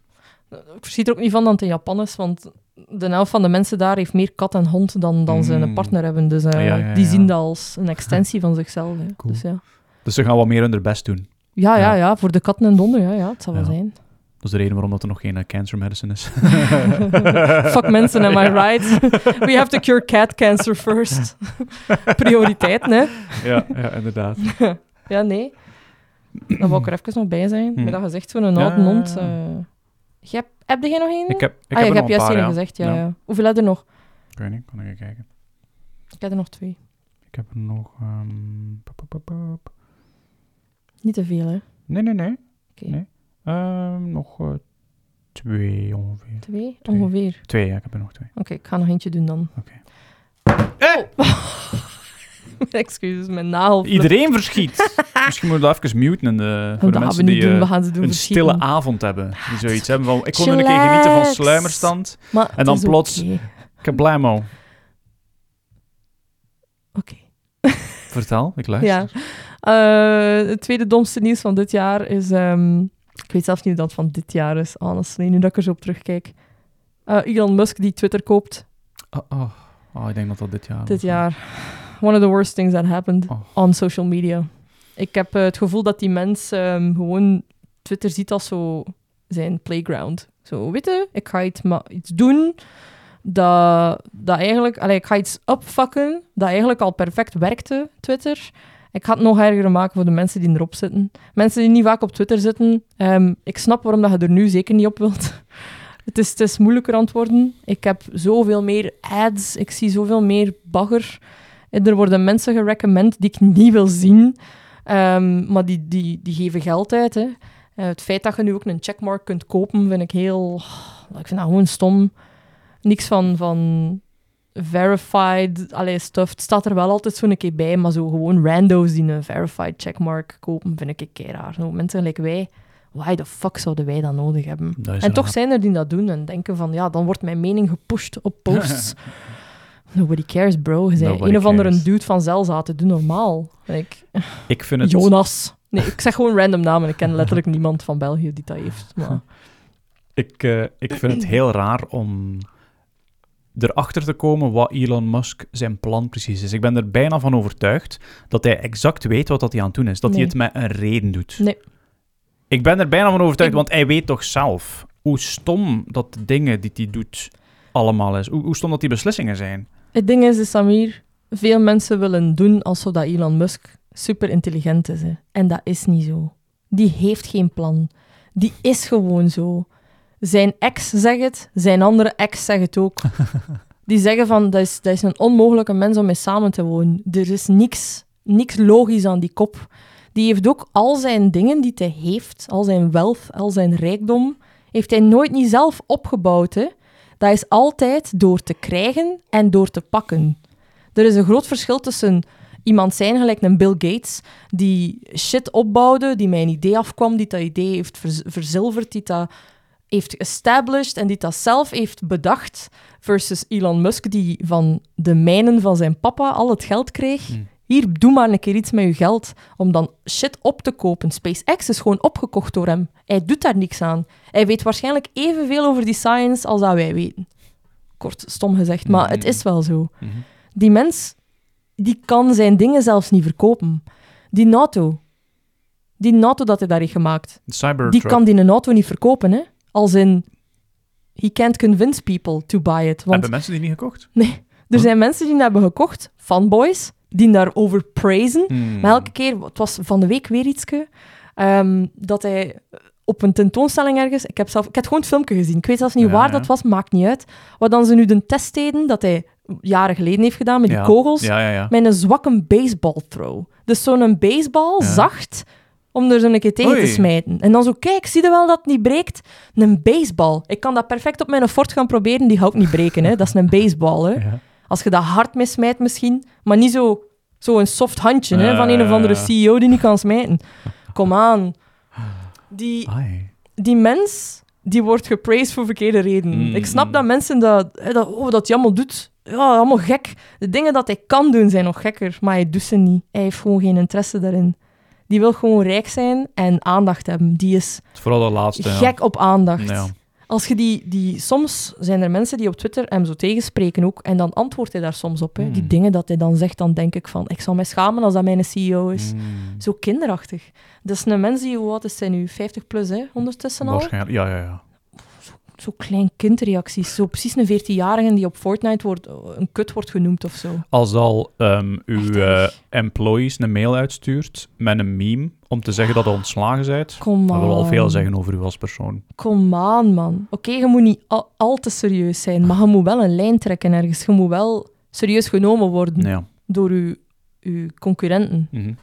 Ik zie er ook niet van dat het in Japan is, want de helft van de mensen daar heeft meer kat en hond dan, dan ze een
Mm.
partner hebben. Dus eh,
Ja, ja, ja,
die
ja.
zien dat als een extensie van zichzelf. hè.
Cool.
Dus ja.
Dus ze gaan wat meer hun der best doen.
Ja, ja,
Ja.
ja, voor de katten en donder, ja, ja het zal wel
Ja.
zijn.
Dat is de reden waarom dat er nog geen eh, cancer medicine is.
Fuck mensen, am I right? We have to cure cat cancer first. Prioriteit, hè?
ja, ja, inderdaad.
Ja, nee. Dan wou ik er even nog bij zijn.
Hmm.
Maar dat gezegd, zo'n oude
Ja, ja, ja.
hond. eh. Je hebt, heb je nog één?
Ik heb, ik
ah, ja,
heb
je
er nog
hebt
een
juist
paar,
één
ja.
gezegd, ja,
Ja.
ja. Hoeveel heb je er nog?
Ik weet niet, kan ik even kijken.
Ik heb er nog twee.
Ik heb er nog... ehm, pop, pop, pop, pop.
Niet te veel, hè?
Nee, nee, nee.
Oké.
Nee. Ehm, nog eh, twee ongeveer.
Twee?
Twee.
Ongeveer.
Twee, ja, ik heb er nog twee.
Oké, ik ga nog eentje doen dan.
Oké.
Mijn Excuses, mijn nagel.
Iedereen verschiet. Misschien moeten we dat even muten en de,
Oh,
voor de
dat gaan we
mensen
niet
die
doen,
eh,
we gaan ze doen
een
verschieten.
stille avond hebben. Die zoiets hebben van, ik kon er een keer
Ah, Chillax.
genieten van sluimerstand.
Maar het
dan
is
plots-
Oké.
Kablamo.
Oké.
Vertel, ik luister.
Ja. Eh, het tweede domste nieuws van dit jaar is... ehm, ik weet zelf niet hoe dat van dit jaar is, honestly, nu dat ik er zo op terugkijk. Eh, Elon Musk die Twitter koopt
Oh, oh. Oh, ik denk dat dat dit jaar
dit
was.
jaar. One of the worst things that happened
Oh.
on social media. Ik heb eh, het gevoel dat die mens ehm, gewoon Twitter ziet als zo zijn playground. Zo, weet je, ik ga iets, ma- iets doen dat, dat eigenlijk... Allee, ik ga iets upfucken dat eigenlijk al perfect werkte, Twitter. Ik ga het nog erger maken voor de mensen die erop zitten. Mensen die niet vaak op Twitter zitten, ehm, ik snap waarom dat je er nu zeker niet op wilt. Het is, het is moeilijker aan het worden. Ik heb zoveel meer ads. Ik zie zoveel meer bagger. En Er worden mensen gerecommend die ik niet wil zien. Ehm, maar die, die, die geven geld uit. Hè. Eh, het feit dat je nu ook een checkmark kunt kopen, vind ik heel... oh, Ik vind dat gewoon stom. Niks van, van verified, allee, stuff. Het staat er wel altijd zo'n keer bij, maar zo gewoon randos die een verified checkmark kopen, vind ik keer raar. Zo, mensen like wij, why the fuck zouden wij dat nodig hebben?
Dat is
En toch
raar.
zijn er die dat doen en denken van, ja, dan wordt mijn mening gepusht op posts. Nobody cares, bro. Je zei
Nobody
een of andere
cares.
dude van Zelzaten, doe normaal. Like,
Ik vind het...
Jonas. Nee, ik zeg gewoon random namen. Ik ken letterlijk niemand van België die dat heeft. Maar...
Ik, eh, ik vind het heel raar om erachter te komen wat Elon Musk zijn plan precies is. Ik ben er bijna van overtuigd dat hij exact weet wat dat hij aan het doen is. Dat
Nee.
hij het met een reden doet.
Nee.
Ik ben er bijna van overtuigd,
Ik-
want hij weet toch zelf hoe stom dat de dingen die hij doet allemaal is. Hoe, hoe stom dat die beslissingen zijn.
Het ding is, is, Samir, veel mensen willen doen alsof dat Elon Musk super intelligent is. Hè. En dat is niet zo. Die heeft geen plan. Die is gewoon zo. Zijn ex zegt het, zijn andere ex zegt het ook. Die zeggen van, dat is, dat is een onmogelijke mens om mee samen te wonen. Er is niks, niks logisch aan die kop. Die heeft ook al zijn dingen die hij heeft, al zijn wealth, al zijn rijkdom, heeft hij nooit niet zelf opgebouwd. Hè? Dat is altijd door te krijgen en door te pakken. Er is een groot verschil tussen iemand zijn, gelijk een Bill Gates, die shit opbouwde, die met een idee afkwam, die dat idee heeft verz- verzilverd, die dat heeft established en die dat zelf heeft bedacht, versus Elon Musk, die van de mijnen van zijn papa al het geld kreeg.
Hmm.
Hier, doe maar een keer iets met je geld om dan shit op te kopen. SpaceX is gewoon opgekocht door hem. Hij doet daar niks aan. Hij weet waarschijnlijk evenveel over die science als dat wij weten. Kort, stom gezegd, maar het
Mhm.
is wel zo. Die mens, die kan zijn dingen zelfs niet verkopen. Die auto, die auto dat hij daar heeft gemaakt,
De Cybertruck.
die kan die een auto niet verkopen, hè. Als in, he can't convince people to buy it. Want
Hebben mensen die niet gekocht?
nee, er zijn mensen die hem hebben gekocht, fanboys, die daarover praisen.
Hmm.
Maar elke keer, het was van de week weer ietske, ehm, dat hij op een tentoonstelling ergens, ik heb zelf, ik had gewoon het filmpje gezien, ik weet zelfs niet
Ja,
waar
ja.
dat was, maakt niet uit. Wat dan ze nu de test deden, dat hij jaren geleden heeft gedaan met die
Ja.
kogels,
Ja, ja, ja.
met een zwakke baseball throw. Dus zo'n baseball,
Ja.
zacht, om er zo'n keer tegen
Oei.
te smijten. En dan zo, kijk, zie je wel dat het niet breekt? Een baseball. Ik kan dat perfect op mijn fort gaan proberen, die hou ik niet breken. Hè. Dat is een baseball. Hè.
Ja.
Als je dat hard mee smijt misschien, maar niet zo, zo een soft handje hè, van een
Eh.
of andere CEO die niet kan smijten. Kom aan. Die,
Ai.
die mens, die wordt gepraised voor verkeerde redenen.
Mm.
Ik snap dat mensen dat, hè, dat, oh, dat hij allemaal doet, ja, allemaal gek. De dingen dat hij kan doen zijn nog gekker, maar hij doet ze niet. Hij heeft gewoon geen interesse daarin. Die wil gewoon rijk zijn en aandacht hebben. Die is
Het is vooral dat laatste. ja.
gek op aandacht.
Ja.
Als je die, die... Soms zijn er mensen die op Twitter hem zo tegenspreken ook, en dan antwoordt hij daar soms op. Hè. Die
Hmm.
dingen dat hij dan zegt, dan denk ik van, ik zou mij schamen als dat mijn CEO is.
Mm.
Zo kinderachtig. Dat is een mens die, hoe oud is hij nu? 50 plus, hè, ondertussen al?
Waarschijnlijk. Ja, ja, ja.
Zo klein kindreacties. Zo precies een 14-jarige die op Fortnite wordt, eh, een kut wordt genoemd of zo.
Als al ehm, uw
Echt
eh,
erg.
employees een mail ontstuurt met een meme om te zeggen dat je ontslagen bent,
Kom
dat
aan.
wil al veel zeggen over u als persoon.
Kom aan, man. Oké, je moet niet al, al te serieus zijn, maar je moet wel een lijn trekken ergens. Je moet wel serieus genomen worden
Ja,
door je, je concurrenten.
Mhm.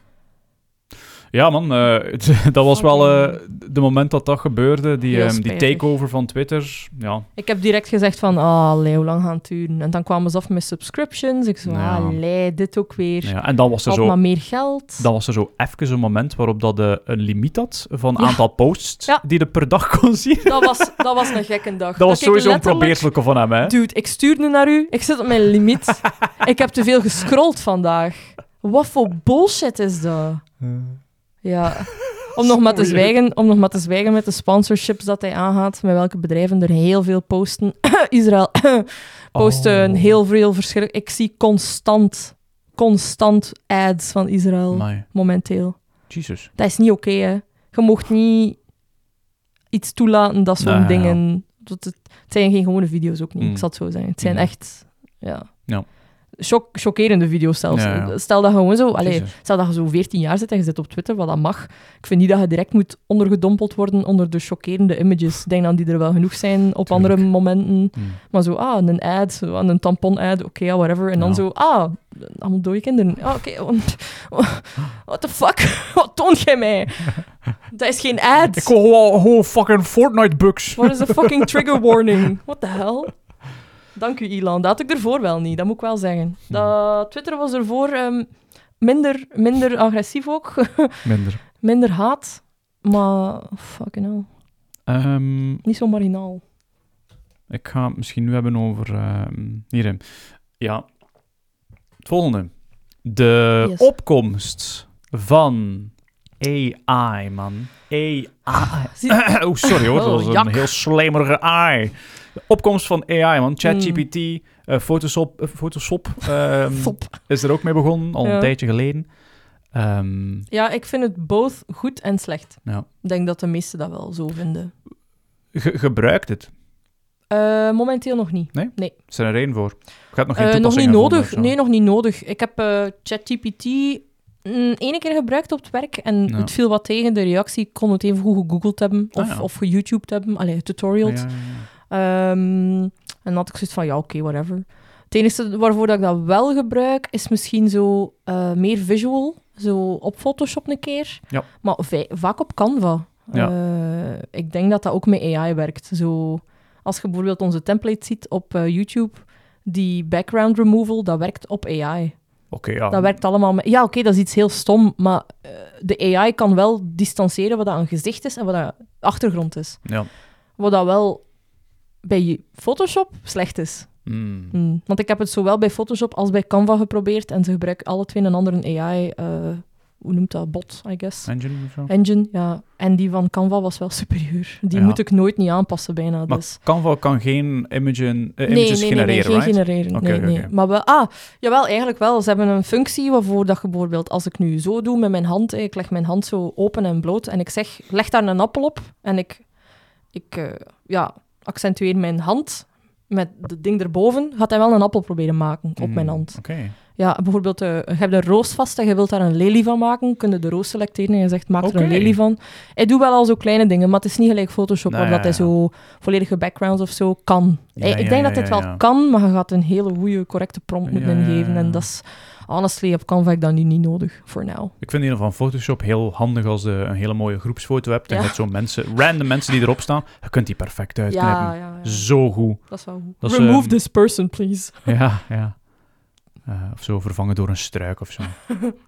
ja man, eh, het- dat was wel eh, de moment dat dat gebeurde, die,
Heel
ehm, die
spijtig.
takeover van Twitter. Ja,
Ik heb direct gezegd van, ah, allee, hoe lang gaan het duren? En dan kwamen ze af met subscriptions. Ik zo,
Ja.
allee, dit ook weer.
Nou ja. En dan was, er
Had
zo,
maar meer geld.
dan was er zo even een moment waarop dat eh, een limiet had van
Ja.
aantal posts
Ja.
die je per dag kon zien.
Dat, was, dat was een gekke dag.
Dat was
ik
sowieso een
letterlijk-
probeerselijke van hem, hè?
Dude, ik stuurde naar u. Ik zit op mijn limiet. ik heb te veel gescrolld vandaag. Wat voor bullshit is dat? Ja. Om nog, maar te
Sorry.
zwijgen, om nog maar te zwijgen met de sponsorships dat hij aangaat, met welke bedrijven er heel veel posten. Israël posten
Oh.
heel veel verschil. Ik zie constant, constant ads van Israël
Amai.
momenteel.
Jesus.
Dus Dat is niet oké, hè. Je mocht niet iets toelaten dat zo'n
Nee, ja, ja.
dingen... Dat het, het zijn geen gewone video's ook niet,
Mm.
ik zal het zo zeggen. Het zijn
Mhm.
echt... Ja.
Ja.
Choc- Chockerende video's zelfs.
Ja, ja.
Stel dat je gewoon zo... Allee,
Jezus.
stel dat je zo 14 jaar zit en je zit op Twitter, wat dat mag. Ik vind niet dat je direct moet ondergedompeld worden onder de chockerende images. Ik denk dan die er wel genoeg zijn op andere momenten.
Mm.
Maar zo, ah, een ad, zo, een tampon-ad, oké, ja, whatever. En dan
Ja.
zo, ah, allemaal dode kinderen. Ah, oké, want- what the fuck? Wat toont jij mij? Dat is geen ad.
Ik hoor hoor fucking Fortnite bugs.
Wat is een fucking trigger warning? What the hell? Dank u, Elon. Dat had ik ervoor wel niet, dat moet ik wel zeggen. Dat, Twitter was ervoor ehm, minder, minder agressief ook,
Minder.
minder haat. Maar, fucking hell,
Ehm,
niet zo marginaal.
ik ga het misschien nu hebben over... ehm hierin. Ja. Het volgende. De
Yes.
opkomst van AI, man. AI.
Zie-
Oh, sorry hoor.
Oh,
Dat was
jak.
een heel slemerige AI. De opkomst van AI,
Hmm.
man. ChatGPT, eh, Photoshop, eh, Photoshop ehm,
Fop.
is er ook mee begonnen, al
Ja.
een tijdje geleden. Ehm,
Ja, ik vind het both goed en slecht.
Ja.
Ik denk dat de meesten dat wel zo vinden.
ge- gebruikt het?
Eh, momenteel nog niet.
Is er een reden voor? Gaat nog geen
Eh, nog
toepassing
niet
gevonden
nodig.
of zo?
Nee, nog niet nodig. Ik heb eh, ChatGPT mm, één keer gebruikt op het werk en
Ja.
het viel wat tegen. De reactie ik kon het even goed gegoogeld hebben
Ah,
of,
ja.
of geYouTubed hebben. Allee, tutorials.
Ja, ja, ja.
Ehm, en dan had ik zoiets van, ja, oké, whatever. Het enige waarvoor dat ik dat wel gebruik, is misschien zo eh, meer visual. Zo op Photoshop een keer.
Ja.
Maar va- vaak op Canva.
Ja.
Eh, ik denk dat dat ook met AI werkt. Zo, als je bijvoorbeeld onze template ziet op eh, YouTube, die background removal, dat werkt op AI.
Oké, ja.
Dat werkt allemaal met... Ja, oké, dat is iets heel stom, maar eh, de AI kan wel distancieren wat dat een gezicht is en wat dat achtergrond is.
Ja.
Wat dat wel bij je- Photoshop slecht is.
Mm.
Hmm. Want ik heb het zowel bij Photoshop als bij Canva geprobeerd en ze gebruiken alle twee een andere AI, eh, hoe noemt dat, bot, I guess.
Engine of zo?
Engine, ja. En die van Canva was wel superieur. Die
Ja.
moet ik nooit niet aanpassen bijna,
Maar
dus...
Canva kan geen imagen, eh,
Nee,
images
nee, nee,
genereren,
nee, geen
right?
genereren.
Oké,
nee,
oké,
nee.
oké.
Maar wel, ah, jawel, eigenlijk wel. Ze hebben een functie waarvoor dat je bijvoorbeeld, als ik nu zo doe met mijn hand, eh, ik leg mijn hand zo open en bloot en ik zeg, leg daar een appel op en ik, ik eh, ja, accentueer mijn hand met het ding erboven, gaat hij wel een appel proberen maken op mijn
Mm,
hand.
Oké.
Ja, bijvoorbeeld, eh, je hebt een roos vast en je wilt daar een lelie van maken, kun je de roos selecteren en je zegt, maak er
Oké.
een lelie van. Hij doet wel al zo kleine dingen, maar het is niet gelijk Photoshop,
Nou,
waar
ja,
dat hij
ja.
zo volledige backgrounds of zo kan.
Ja,
Eh, ik
ja,
ik denk
ja,
dat dit
ja,
wel
ja.
kan, maar je gaat een hele goede, correcte prompt moeten
Ja, ja,
ingeven.
ja.
En dat is, honestly, op Canva heb ik dat nu niet nodig, voor now.
Ik vind in ieder geval Photoshop heel handig als je een hele mooie groepsfoto hebt. En
Ja.
met zo'n mensen, random mensen die erop staan, je kunt die perfect uitknippen.
Ja, ja, ja.
Zo goed.
Dat is wel goed.
Dat is,
Remove
ehm,
this person, please.
Ja, ja. Eh, of zo vervangen door een struik of zo.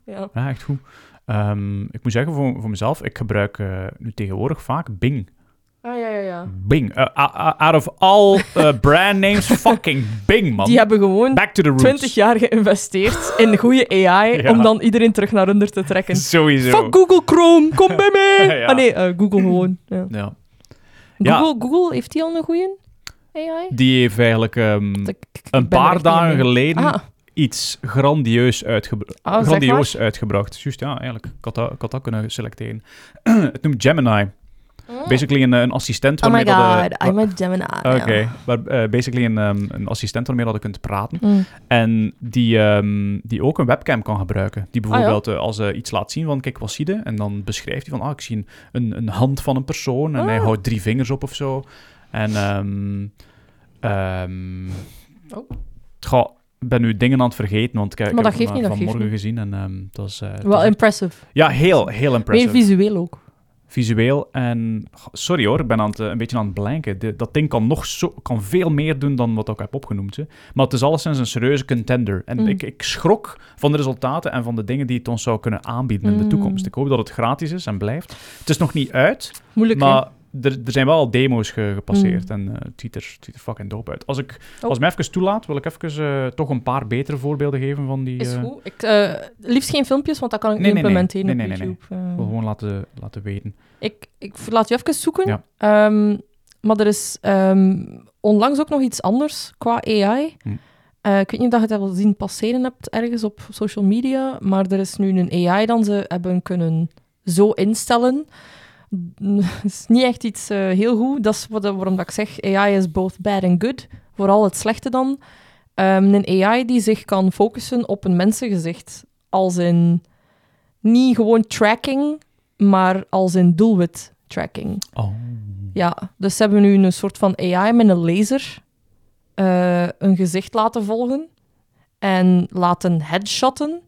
Ja.
Ja, echt goed. Ehm, ik moet zeggen voor, voor mezelf, ik gebruik eh, nu tegenwoordig vaak Bing.
Ah, ja, ja, ja.
Bing. Eh, a- a- out of all eh, brand names, fucking Bing, man.
Die hebben gewoon
Back to the roots.
20 jaar geïnvesteerd in goede AI
Ja.
om dan iedereen terug naar onder te trekken.
Sowieso.
Fuck Google Chrome, kom bij mij!
Ja.
Ah nee, eh, Google gewoon. Ja.
Ja. Ja.
Google, Google, heeft die al een goeie AI?
Die heeft eigenlijk ehm,
Ik- ik- ik ben
een
er echt
paar
niet
dagen
mee.
geleden
Ah,
iets grandieus, uitgebra
ah, zeg maar.
grandioos uitgebracht. Juist, ja, eigenlijk. Ik had dat, ik had dat kunnen selecteren. Het noemt Gemini. Basically een, een assistent
Oh my
waarmee dat...
god,
eh,
I'm a Gemini.
wa- Oké, maar eh, basically een, ehm, een assistent waarmee dat je kunt praten.
Mm.
En die, ehm, die ook een webcam kan gebruiken.
Ah,
Die bijvoorbeeld eh, als hij iets laat zien van, kijk, wat zie je? En dan beschrijft hij van, ah, ik zie een, een, een hand van een persoon. En hij
Ah.
houdt drie vingers op of zo. En ehm ehm
Oh.
het gaat- ik ben nu dingen aan het vergeten, want ik, ik
Maar dat
heb
geeft
hem eh,
niet, dat
vanmorgen
geeft
gezien. En ehm het was, eh, het was
Wel
echt-
impressive.
ja, heel, heel impressive.
Meer visueel ook.
Visueel en... Goh, Sorry hoor, ik ben aan het, eh, een beetje aan het blanken. De- dat ding kan nog zo, kan veel meer doen dan wat ik heb opgenoemd. Hè. Maar het is alleszins een serieuze contender. En
Mm.
ik, ik schrok van de resultaten en van de dingen die het ons zou kunnen aanbieden in de
Mm.
toekomst. Ik hoop dat het gratis is en blijft. Het is nog niet uit,
Moeilijk, hè? Mm.
maar er, er zijn wel al demo's ge- gepasseerd. En eh, het, ziet er, het ziet er fucking dope uit. Als ik,
Oh.
als mij even toelaat, wil ik even eh, toch een paar betere voorbeelden geven van die...
Is
eh,
goed. Ik, eh, liefst geen filmpjes, want dat kan ik
Nee,
niet
nee, nee.
implementeren
Nee, nee,
op
nee, Oh. nee.
YouTube. Eh,
wil gewoon laten, laten weten.
ik, ik laat je even zoeken.
Ja.
Ehm, maar er is ehm, onlangs ook nog iets anders qua AI.
Hm.
Eh, ik weet niet of je dat al zien passeren hebt ergens op social media, maar er is nu een AI dat ze hebben kunnen zo instellen. Mm, Het is niet echt iets eh, heel goed. Dat is wat, waarom dat ik zeg, AI is both bad and good. Vooral het slechte dan. Ehm, een AI die zich kan focussen op een mensengezicht. Als in niet gewoon tracking, maar als in doelwit tracking.
Oh.
Ja, dus ze hebben nu een soort van AI met een laser eh, een gezicht laten volgen en laten headshotten.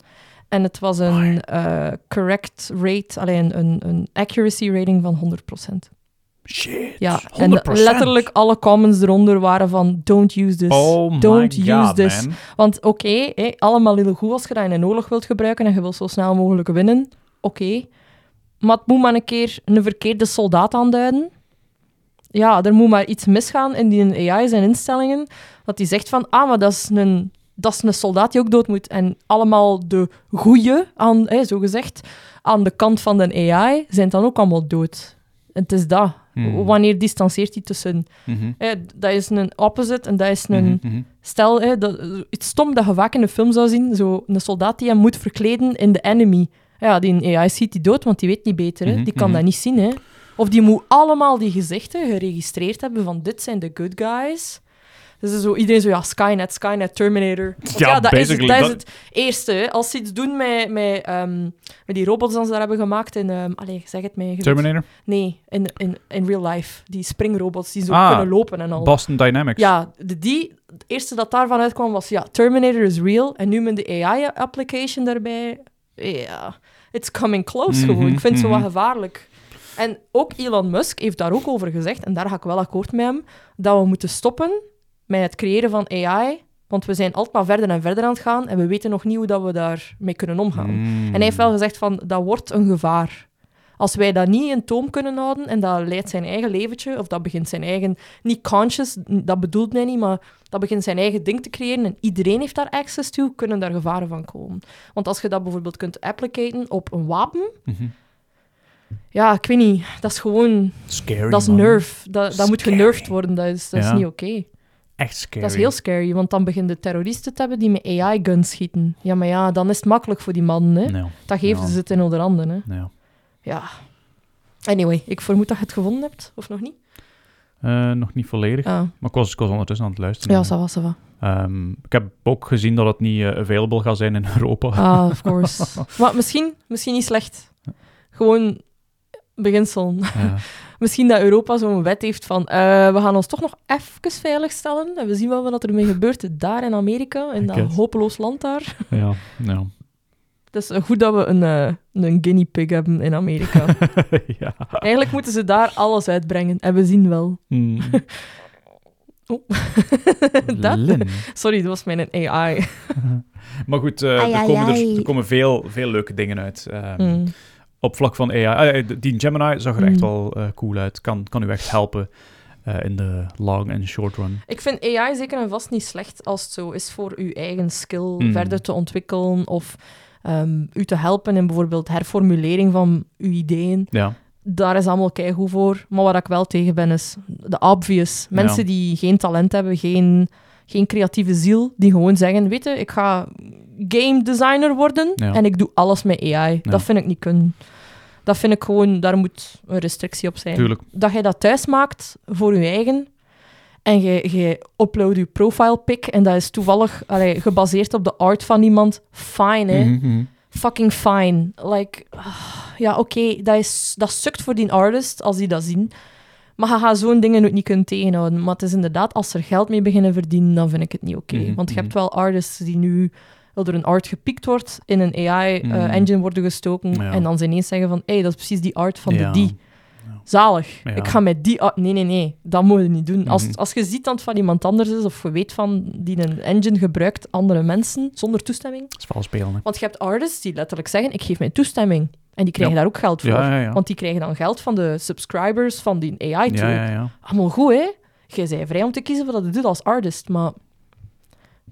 En het was een eh, correct rate, alleen een, een accuracy rating van 100%.
Shit.
Ja,
100%.
en letterlijk alle comments eronder waren van don't use this.
Oh my
don't use
god,
this.
man.
Want oké, hé, allemaal heel goed als je dat in een oorlog wilt gebruiken en je wilt zo snel mogelijk winnen. Oké. Maar het moet maar een keer een verkeerde soldaat aanduiden. Ja, er moet maar iets misgaan in die AI zijn instellingen. Dat die zegt van, ah, maar dat is een, dat is een soldaat die ook dood moet. En allemaal de goeie, aan, hè, zo gezegd, aan de kant van de AI, zijn dan ook allemaal dood. Het is dat.
Hmm.
Wanneer distanceert hij tussen...
Mhm,
hè, dat is een opposite en dat is een...
mhm, mhm.
Stel, hè, dat, het stom dat je vaak in een film zou zien, zo een soldaat die hem moet verkleden in The Enemy. Ja, die in AI ziet die dood, want die weet niet beter. Hè.
Mhm,
Die kan
mhm.
dat niet zien. Hè. Of die moet allemaal die gezichten geregistreerd hebben van dit zijn de good guys. Dus zo, iedereen zo, ja, Skynet, Skynet, Terminator. Want
Ja,
dat, is, het-
basically,
dat is
dat-
het eerste. Hè. Als ze iets doen met, met, ehm, met die robots die ze daar hebben gemaakt in... ehm allee, zeg het mij. je weet-
Terminator?
Nee, in, in, in real life. Die springrobots die zo
Ah,
kunnen lopen en al.
Boston Dynamics.
Ja, de, die, het eerste dat daarvan uitkwam was, ja, Terminator is real. En nu met de AI-application daarbij, ja, it's coming close
Mhm,
gewoon. Ik vind het
mhm.
zo wat gevaarlijk. En ook Elon Musk heeft daar ook over gezegd, en daar ga ik wel akkoord met hem, dat we moeten stoppen met het creëren van AI, want we zijn altijd maar verder en verder aan het gaan en we weten nog niet hoe dat we daarmee kunnen omgaan.
Mm.
En hij heeft wel gezegd van, dat wordt een gevaar. Als wij dat niet in toom kunnen houden en dat leidt zijn eigen leventje, of dat begint zijn eigen, niet conscious, n- dat bedoelt hij niet, maar dat begint zijn eigen ding te creëren en iedereen heeft daar access toe, kunnen daar gevaren van komen. Want als je dat bijvoorbeeld kunt applicaten op een wapen,
Mhm.
ja, ik weet niet, dat is gewoon,
Scary,
dat is
man.
nerve. Dat, dat moet
Scary.
genervd worden, dat is, dat is
Ja.
niet oké.
Echt scary.
Dat is heel scary, want dan beginnen de terroristen te hebben die met AI-guns schieten. Ja, maar ja, dan is het makkelijk voor die mannen, hè.
Nee,
Dat geven
Ja.
ze het in onder handen, hè.
nee.
Ja. Anyway, ik vermoed dat je het gevonden hebt, of nog niet?
Eh, nog niet volledig,
Ah.
maar ik was, ik was ondertussen aan het luisteren.
Ja, ça va, ça va.
Ehm, ik heb ook gezien dat het niet eh, available gaat zijn in Europa.
Ah, of course. maar misschien, misschien niet slecht. Gewoon beginsel.
Ja.
Misschien dat Europa zo'n wet heeft van eh, we gaan ons toch nog even veiligstellen en we zien wel wat er mee gebeurt daar in Amerika, in
Oké.
dat hopeloos land daar.
ja, nou. ja.
Het is eh, goed dat we een, eh, een guinea pig hebben in Amerika.
ja.
Eigenlijk moeten ze daar alles uitbrengen en we zien wel. Oh.
Hmm.
dat?
Lin.
Sorry, dat was mijn AI.
Maar goed, eh,
Ai,
er
ai,
komen, er,
ai.
er komen veel, veel leuke dingen uit. Ehm,
Mm.
Op vlak van AI. Ah, eh, d- die Gemini zag er echt
Mm.
wel eh, cool uit. Kan, kan u echt helpen eh, in de long en short run.
Ik vind AI zeker en vast niet slecht als het zo is voor uw eigen skill
Mm.
verder te ontwikkelen of ehm, u te helpen in bijvoorbeeld herformulering van uw ideeën.
Ja.
Daar is allemaal keigoed voor. Maar wat ik wel tegen ben, is de obvious. Mensen die geen talent hebben, geen, geen creatieve ziel, die gewoon zeggen, weet je, ik ga game designer worden
Ja.
en ik doe alles met AI.
Ja.
Dat vind ik niet kunnen. Dat vind ik gewoon, daar moet een restrictie op zijn
Tuurlijk.
dat jij dat thuis maakt voor je eigen. En jij jij upload je profile pic en dat is toevallig allee, gebaseerd op de art van iemand. Fine, hè?
Mhm, mhm.
Fucking fine. Like, ah, ja, oké, dat, is- dat sukt voor die artist als die dat zien. Maar je gaat zo'n dingen ook niet kunnen tegenhouden. Maar het is inderdaad, als ze er geld mee beginnen verdienen, dan vind ik het niet oké.
Mhm,
Want je
mhm.
hebt wel artists die nu dat er een art gepikt wordt, in een
Mhm.
AI-engine worden gestoken.
Ja.
En dan ze ineens zeggen van, hé, hey, dat is precies die art van
Ja.
de die. Zalig.
Ja.
Ik ga met die... ah, nee, nee, nee. Dat moet je niet doen.
Mhm.
Als, als je ziet dat het van iemand anders is, of je weet van die een engine gebruikt, andere mensen, zonder toestemming.
Dat is wel spelen, hè.
Want je hebt artists die letterlijk zeggen, ik geef mijn toestemming. En die krijgen
Ja.
daar ook geld voor.
Ja, ja, ja.
Want die krijgen dan geld van de subscribers van die AI-tool.
ja, ja, ja.
Allemaal goed, hè? Jij bent vrij om te kiezen wat je doet als artist, maar...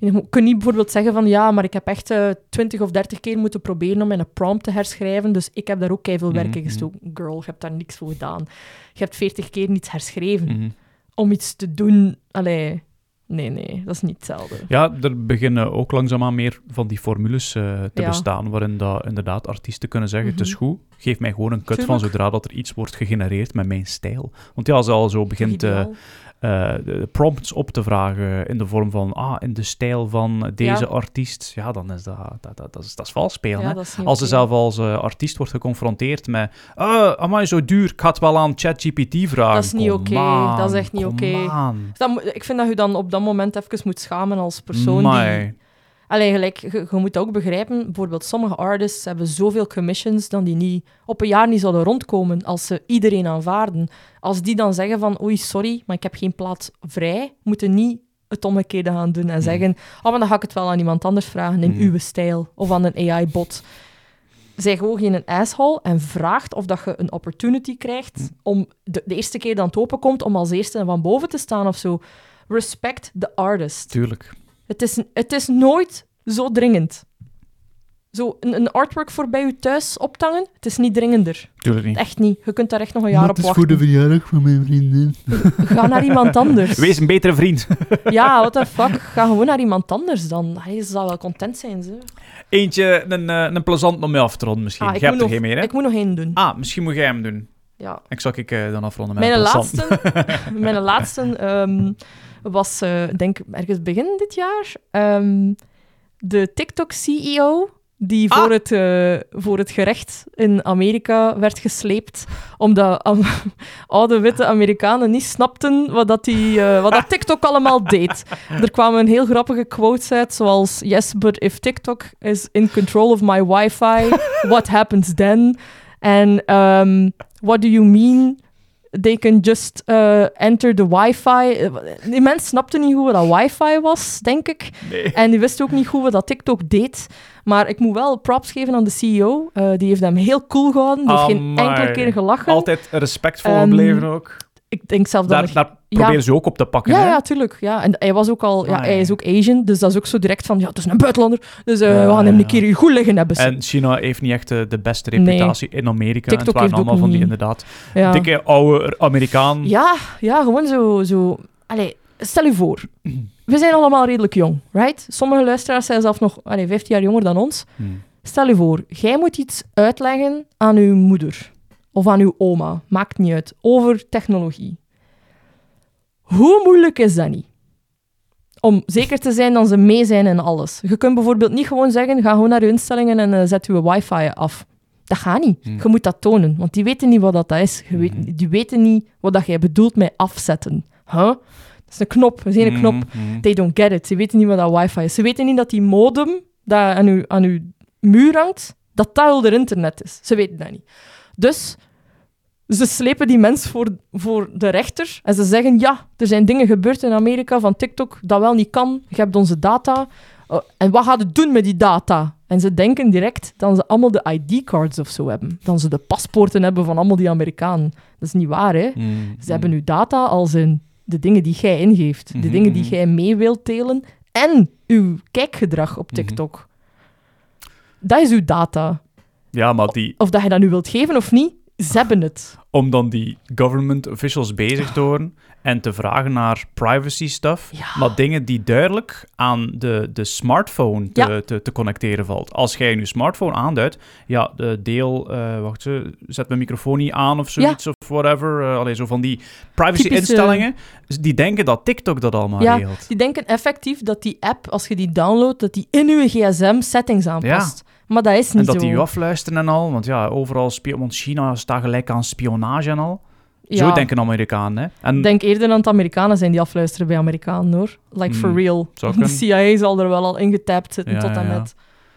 Je mo- kunt niet bijvoorbeeld zeggen van ja, maar ik heb echt eh, twintig of dertig keer moeten proberen om mijn prompt te herschrijven, dus ik heb daar ook keiveel werk in
Mhm,
gestoken. Girl, je hebt daar niks voor gedaan. Je hebt veertig keer niets herschreven
Mhm.
om iets te doen. Allee, nee, nee, dat is niet hetzelfde.
Ja, er beginnen ook langzaamaan meer van die formules eh, te
Ja. Mhm.
bestaan, waarin dat inderdaad artiesten kunnen zeggen, het is goed, geef mij gewoon een cut van
Tuurlijk.
zodra dat er iets wordt gegenereerd met mijn stijl. Want ja, als je al zo begint eh,
Ideaal.
eh, de prompts op te vragen in de vorm van, ah, in de stijl van deze
Ja.
artiest, ja, dan is dat, dat, dat, dat is, dat is vals spelen.
Ja,
hè.
dat is niet
Als ze
oké.
zelf als eh, artiest wordt geconfronteerd met, ah, amai, zo duur, ik ga het wel aan ChatGPT vragen.
Dat is niet
Kom
oké,
aan,
dat is echt niet
kom
oké.
aan.
Dan moet- ik vind dat je dan op dat moment even moet schamen als persoon die
Amai.
Alleen gelijk, je, je moet ook begrijpen, bijvoorbeeld sommige artists hebben zoveel commissions dan die niet, op een jaar niet zouden rondkomen als ze iedereen aanvaarden. Als die dan zeggen van, oei, sorry, maar ik heb geen plaats vrij, moeten niet het omgekeerde gaan doen en
Mhm.
zeggen, oh, maar dan ga ik het wel aan iemand anders vragen in
Mhm.
uw stijl of aan een AI-bot. Zij gewoon geen asshole en vraagt of dat je een opportunity krijgt
Mhm.
om de, de eerste keer dat het openkomt om als eerste van boven te staan of zo. Respect the artist.
Tuurlijk.
Het is, het is nooit zo dringend. Zo een, een artwork voor bij je thuis optangen, het is niet dringender.
Tuurlijk niet.
Echt niet. Je kunt daar echt nog een jaar op
Dat is voor
wachten.
de verjaardag van mijn vriendin.
Ga naar iemand anders.
Wees een betere vriend.
Ja, what the fuck. Ga gewoon naar iemand anders dan. Hij zal wel content zijn, ze.
Eentje, een, eh, een plezant om mee af te ronden misschien.
Ah,
Jij
ik
hebt
moet
er
nog-
geen meer, hè?
Ik moet nog één doen.
Ah, misschien moet jij hem doen.
Ja.
Ik zal ik eh, dan afronden met
Mijn
een plezant.
laatste, mijn laatste ehm, was, eh denk ergens begin dit jaar, ehm, de TikTok-CEO die
Ah.
voor, het, eh, voor het gerecht in Amerika werd gesleept, omdat am- oude witte Amerikanen niet snapten wat, dat die, eh, wat dat TikTok allemaal deed. Er kwamen heel grappige quotes uit, zoals Yes, but if TikTok is in control of my wifi, what happens then? En ehm, what do you mean? They can just eh, enter the wifi. Eh, Die mensen snapten niet hoe dat wifi was, denk ik.
Nee.
En die wisten ook niet goed wat dat TikTok deed. Maar ik moet wel props geven aan de CEO. Eh, die heeft hem heel cool gehouden. Die heeft geen
Amai.
enkele keer gelachen.
Altijd respectvol
Ehm,
gebleven ook.
Ik denk zelf dat...
Daar,
er-
daar proberen ze ook op te pakken,
ja,
hè?
ja, tuurlijk. Ja. En hij was ook al... Ja,
Ah,
hij
ja.
is ook Asian, dus dat is ook zo direct van... Ja, het is een buitenlander, dus eh,
Ja,
we gaan hem
ja,
een
ja.
keer hier goed liggen hebben.
En China heeft niet echt eh, de beste
Nee.
reputatie in Amerika. en
TikTok
het waren
heeft ook
allemaal van die
niet.
inderdaad
ja.
dikke oude Amerikaan.
Ja, ja, gewoon zo. zo. Allee, stel u voor, we zijn allemaal redelijk jong, right? Sommige luisteraars zijn zelf nog allee, 15 jaar jonger dan ons.
Hmm.
Stel u voor, jij moet iets uitleggen aan uw moeder of aan uw oma, maakt niet uit, over technologie. Hoe moeilijk is dat niet? Om zeker te zijn dat ze mee zijn in alles. Je kunt bijvoorbeeld niet gewoon zeggen, ga gewoon naar je instellingen en eh, zet je wifi af. Dat gaat niet.
Hmm.
Je moet dat tonen, want die weten niet wat dat is. Je weet,
Mhm.
Die weten niet wat dat jij bedoelt met afzetten. Huh? Dat is een knop, dat is een knop.
Mhm.
They don't get it. Ze weten niet wat dat wifi is. Ze weten niet dat die modem dat aan uw, aan uw muur hangt, dat dat al er internet is. Ze weten dat niet. Dus ze slepen die mens voor, voor de rechter en ze zeggen, ja, er zijn dingen gebeurd in Amerika van TikTok dat wel niet kan. Je hebt onze data. Eh, en wat gaat het doen met die data? En ze denken direct dat ze allemaal de ID-cards of zo hebben. Dat ze de paspoorten hebben van allemaal die Amerikanen. Dat is niet waar, hè?
Mhm.
Ze hebben uw data als in de dingen die jij ingeeft, de
Mhm,
dingen die
mhm.
jij mee wilt delen en uw kijkgedrag op
Mhm.
TikTok. Dat is uw data.
Ja, maar die,
Of dat je dat nu wilt geven of niet, ze hebben het.
om dan die government officials bezig te horen en te vragen naar privacy stuff,
Ja.
maar dingen die duidelijk aan de, de smartphone te,
Ja.
te, te connecteren valt. Als jij je smartphone aanduidt, ja, de deel, eh, wacht, eh, zet mijn microfoon niet aan of zoiets of whatever. eh, allee, zo van die privacy-instellingen, die denken dat TikTok dat allemaal
Ja,
regelt.
Die denken effectief dat die app, als je die downloadt, dat die in uw gsm-settings aanpast. Maar dat is niet
En dat
zo.
die u afluisteren en al, want ja, overal, spio- want China staat gelijk aan spionage en al.
Ja.
Zo denken Amerikanen, hè. En
Ik denk eerder aan het Amerikanen zijn die afluisteren bij Amerikanen, hoor. Like, for
Hmm,
real.
zou
De
kunnen.
CIA zal er wel al ingetapt zitten
Ja,
tot en
ja, ja.
met.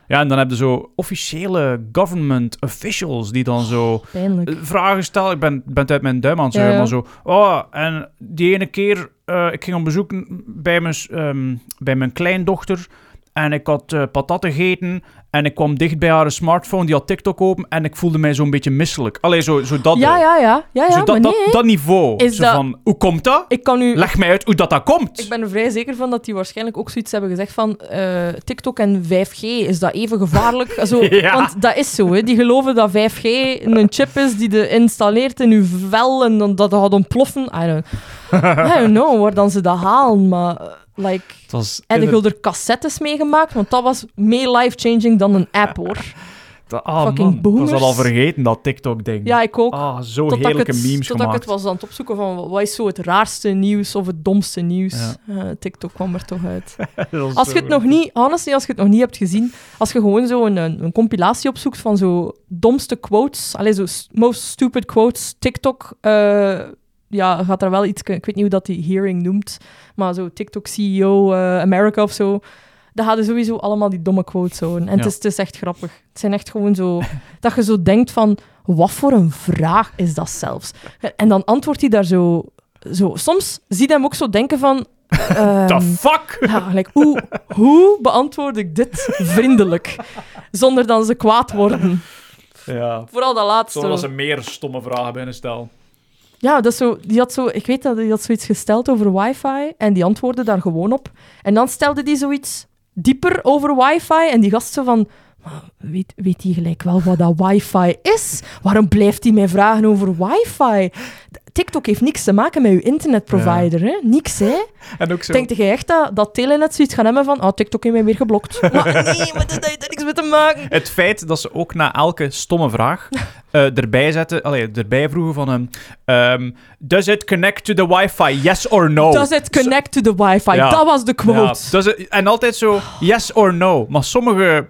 Ja, en dan heb je zo officiële government officials die dan zo
Pijnlijk.
eh, vragen stellen. Ik ben, ben het uit mijn duim aan het zeggen,
Oh, Ja, ja.
maar zo... Oh, en die ene keer, eh, ik ging op bezoek bij mijn, s- ehm, bij mijn kleindochter en ik had eh patat gegeten en ik kwam dicht bij haar smartphone, die had TikTok open en ik voelde mij zo'n beetje misselijk. Allee, zo, zo dat...
Ja,
eh,
ja, ja. ja, ja
zo dat,
maar nee.
dat, dat niveau.
Is
zo
dat-
van, hoe komt dat?
Ik kan nu
Leg mij uit hoe dat, dat komt.
Ik ben er vrij zeker van dat die waarschijnlijk ook zoiets hebben gezegd van eh, TikTok en 5G, is dat even gevaarlijk? Zo,
Ja.
Want dat is zo, hè. die geloven dat 5G een chip is die je installeert in uw vel en dan dat dat gaat ontploffen. I don't, I don't know waar dan ze dat halen, maar eh, like...
Het was
En ik wil er cassettes meegemaakt, want dat was meer life-changing dan een app, hoor.
Ah,
fucking
man, ik was
boomers.
dat al vergeten, dat TikTok-ding.
Ja, ik ook.
Ah, zo
Totdat ik
heerlijke
het,
memes
totdat ik
gemaakt.
het was aan het opzoeken van wat is zo het raarste nieuws of het domste nieuws. Eh, TikTok kwam er toch uit. Als je het nog niet, honestly, als je het nog niet hebt gezien, als je gewoon zo een, een, een compilatie opzoekt van zo domste quotes, alleen zo s- most stupid quotes, TikTok, eh, ja, gaat er wel iets, ik weet niet hoe dat die hearing noemt, maar zo TikTok CEO eh, E America of zo. dan hadden sowieso allemaal die domme quotes houden. En
Ja.
het, is, het is echt grappig. Het zijn echt gewoon zo... dat je zo denkt van, wat voor een vraag is dat zelfs? En dan antwoordt hij daar zo... zo. Soms zie je hem ook zo denken van...
The
ehm,
fuck?
ja, gelijk, hoe, hoe beantwoord ik dit vriendelijk? Zonder dat ze kwaad worden.
Ja.
Vooral dat laatste.
Zodat ze meer stomme vragen binnenstel.
Ja, dat is zo, die had zo, ik weet dat die had zoiets gesteld over wifi en die antwoordde daar gewoon op. En dan stelde die zoiets dieper over wifi en die gast zo van... "Maar Weet, weet die gelijk wel wat dat wifi is? Waarom blijft hij mij vragen over wifi? TikTok heeft niks te maken met uw internetprovider, hè? Niks, hè?
En ook zo.
Denk jij echt dat, dat Telenet zoiets gaan hebben van... Oh, TikTok heeft mij weer geblokt. maar nee, maar dat heeft er niks mee te maken.
Het feit dat ze ook na elke stomme vraag eh, erbij zetten, allee, erbij vroegen van ehm, ehm, Does it connect to the wifi, yes or no?
Does it connect to the wifi?
Oh. Ja.
Dat was de
Ja,
quote.
does it- en altijd zo yes or no. Maar sommige,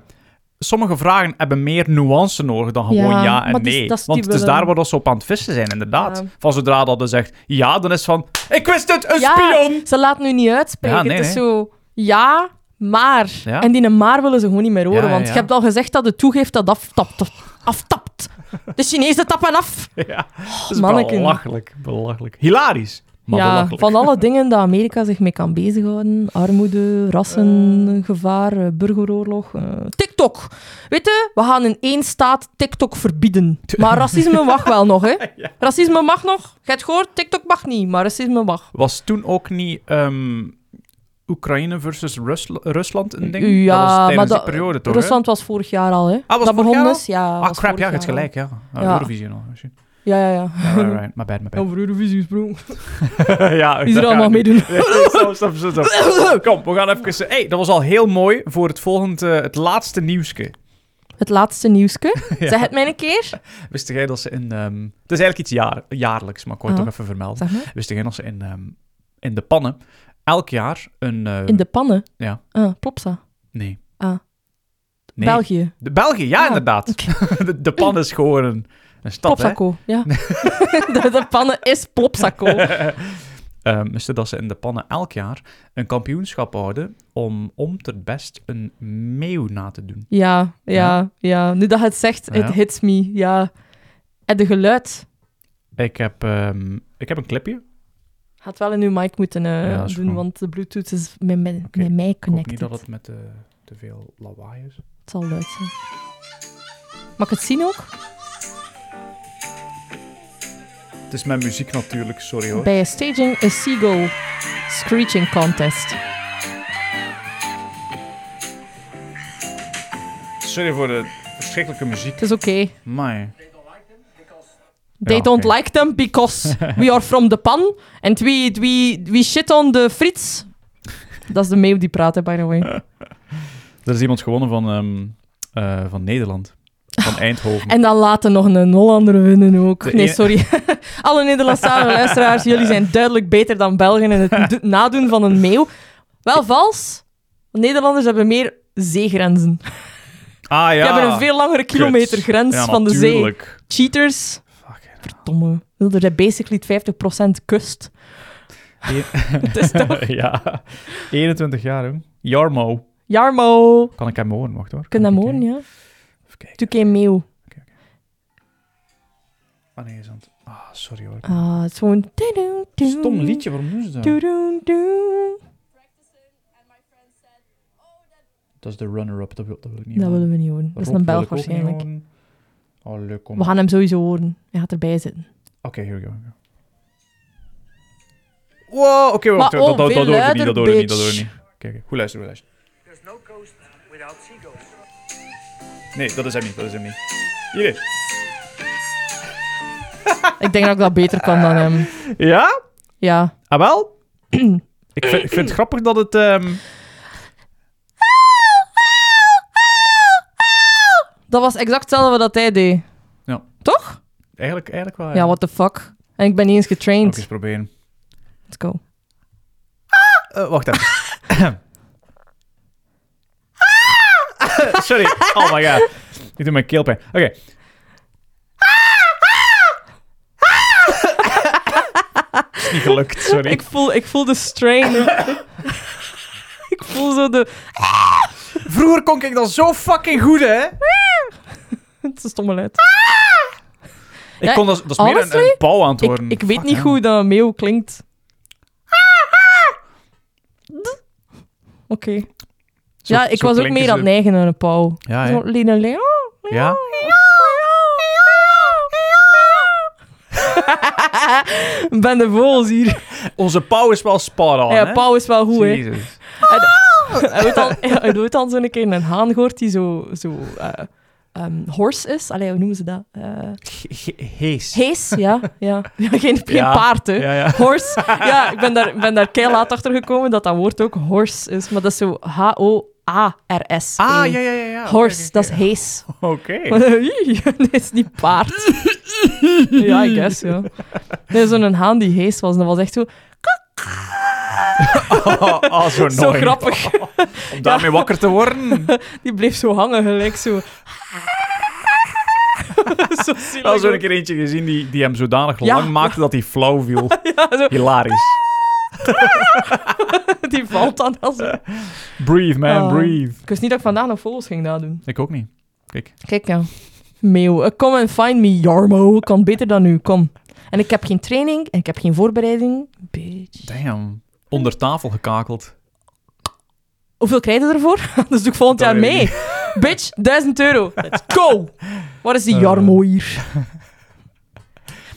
sommige vragen hebben meer nuance nodig dan gewoon ja,
Ja,
en
maar die-
nee.
dat is die
Want het is
willen-
daar waar dat ze op aan het vissen zijn, inderdaad.
Ja.
Van zodra dat er zegt ja, dan is het van ik wist het, een
Ja.
spion!
Ze laat nu niet uitspreken.
Ja, nee,
het is
nee.
zo... Ja, maar...
Ja.
En die een maar willen ze gewoon niet meer horen.
Ja,
want
ja.
je hebt al gezegd dat het toegeeft dat aftapt. aftapt. De Chinezen tappen af.
Ja, dat is
Oh, manneken.
belachelijk, belachelijk. Hilarisch, maar
ja,
belachelijk.
van alle dingen dat Amerika zich mee kan bezighouden. Armoede, rassen, gevaar, eh, burgeroorlog. eh, TikTok. Weet je, we gaan in één staat TikTok verbieden. Maar racisme mag wel nog, hè. Racisme mag nog. Je hebt gehoord, TikTok mag niet, maar racisme mag.
Was toen ook niet ehm, Oekraïne versus Rusl- Rusland een ding?
Ja,
dat was tijdens
maar
die
dat-
periode toch? hè? Ah,
Rusland was vorig jaar al, hè.
was
dat
vorig jaar
begon
al?
is, ja.
Ah,
was
crap,
vorig
ja, je hebt
jaar al.
gelijk, ja. Ah,
Ja.
Eurovisie nog. shit.
Ja, ja, ja.
Ja, right, right. My bad, my bad.
Over Eurovisie gesproken. Oh.
ja,
Israël mag meedoen.
Nee, stop, stop, stop, stop. Kom, we gaan even... Hé, hey, dat was al heel mooi voor het volgende, het laatste nieuwske.
Het laatste nieuwske. Zeg het mij een keer.
Wist jij dat ze in... ehm, het is eigenlijk iets jaar, jaarlijks, maar ik wou het
Ah.
toch even vermelden.
Zeg maar.
Wist jij dat ze in, ehm, in de pannen elk jaar een... eh,
In de pannen.
Ja.
Ah, Plopsa.
Nee.
Ah.
Nee.
België.
De België, ja,
Ah,
inderdaad. De, de pan is gewoon een, een stad, hè.
Plopsaco. Ja. de, de pannen is Plopsaco.
Ehm, wisten dat ze in de pannen elk jaar een kampioenschap houden om om het best een meeuw na te doen.
Ja, ja, ja. Nu dat je het zegt, it
Ja.
hits me. Ja. En de geluid.
Ik heb, ehm, ik heb een clipje.
Gaat wel in uw mic moeten eh,
Ja, dat is
doen,
gewoon-
want de Bluetooth is met, met,
Oké,
met mij
Ik hoop
connected.
niet dat het met eh, te veel lawaai is.
Het zal luid zijn. Mag ik het zien ook?
Het is mijn muziek natuurlijk, sorry hoor.
Bij Staging a Seagull Screeching Contest.
Sorry voor de verschrikkelijke muziek.
Het is oké.
Maar
They
Ja,
don't
oké.
like them because we are from the pan and we, we, we shit on the frits. Dat is de meeuw die praat, hè, by the way.
er is iemand gewonnen van, ehm, eh, van Nederland. Van Eindhoven.
En dan laten nog een Hollander winnen ook.
De e-
nee,
ene-
sorry. Alle Nederlandstalige luisteraars, jullie zijn duidelijk beter dan Belgen in het do- nadoen van een meeuw. Wel vals. want Nederlanders hebben meer zeegrenzen.
Ah ja.
Die hebben een veel langere kilometergrens
Ja,
van de zee.
natuurlijk.
Cheaters.
Fuck, ja.
Domme. Er zijn basically 50% kust. Het is toch...
ja. 21 jaar, hoor. Jarmo.
Jarmo.
Kan ik hem horen? Wacht hoor.
Kun je
Kan
hem
ik
horen, ja?
Even kijken.
Doe geen meeuw.
Ah nee, is aan het- Ah, sorry hoor.
Ah, het is gewoon... Tudu, tudu,
Stom liedje, waarom doen ze dat?
tudu, tudu.
Dat is de runner-up, dat wil, dat wil ik niet
Dat
horen.
willen we niet horen. Dat is
Rob
een
wil
Belg
ik ook niet
waarschijnlijk.
horen. Oh, leuk om.
We gaan hem sowieso horen. Hij gaat erbij zitten.
Oké, here we go. Wow, oké, wacht.
Maar oh,
wacht, dat, dat, dat
veel
hoorde niet,
luider,
dat hoorde niet, dat
bitch.
hoorde niet. Oké, oké, goed luisteren, goed luisteren.
There's no coast without seagulls.
Nee, dat is hem niet, dat is hem niet. Hier.
ik denk dat ik dat beter kan dan hem.
Ja?
Ja.
Ah, wel? ik, vind, ik vind het grappig dat het... ehm,
Dat was exact hetzelfde wat hij deed.
Ja.
Toch?
eigenlijk, eigenlijk wel...
Ja, what the fuck. En ik ben niet eens
Ook
getraind.
eens proberen.
Let's go.
Eh, wacht even. Sorry. Oh my god. Ik doe mijn keelpijn. Oké. Is niet gelukt, sorry.
Ik voel, ik voel de strain. ik voel zo de...
Vroeger kon ik dat zo fucking goed, hè?
Het is een stomme luid.
Ik
Ja,
kon dat, dat is meer een,
honestly,
een pauw aan het
Ik,
worden.
ik weet
Fuck,
niet
hè.
goed hoe dat meeuw klinkt.
Ah,
Oké.
Zo-
ja, ik
zo
was ook
klinken
meer
ze.
aan het neigen naar een pauw.
Ja, Ah, hè?
Zo, Lina Leon.
Ja?
ben de vols hier.
Onze pauw is wel spot on,
Ja,
Oh, hè?
pauw is wel goed, hè.
Jezus.
En- Hij weet al, hij weet al zo'n keer een haan gehoord die zo, zo eh, ehm, horse is. Allee, hoe noemen ze dat? Eh,
Ge- ge- Hees.
hees, ja. ja. ja geen geen
Ja.
paard, hè. Ah,
Ja, ja.
Horse. Ja, ik ben daar, ben daar kei laat achter gekomen dat dat woord ook horse is. Maar dat is zo H-O-A-R-S.
Ah, ja, ja, ja. ja. Oké,
Eh, Horse,
oké,
dat is
oké.
hees.
Oké.
Nee, dat is niet paard. ja, I guess, ja. Nee, zo'n haan die hees was, dat was echt zo,
Oh, oh, zo
zo
annoying.
grappig.
Om daarmee wakker te worden.
Die bleef zo hangen, gelijk zo. zo zielig.
Ik had zo een keer eentje gezien die, die hem zodanig
Ja.
lang maakte dat hij flauw viel.
Ja, zo,
Hilarisch.
die valt dan al zo.
Breathe, man,
Oh.
breathe.
Ik wist niet dat ik vandaag nog vogels ging nadoen.
Ik ook niet.
Kijk ja. Meeuw, eh, come and find me, Jarmo. Ik Kan beter dan u, kom. En ik heb geen training en ik heb geen voorbereiding. Bitch.
Damn. Onder tafel gekakeld.
Hoeveel krijg je ervoor? dus doe ik volgend
Dat
jaar
weet ik
mee. Bitch, 1000 euro. Let's go. Waar is die
Eh.
Jarmo hier?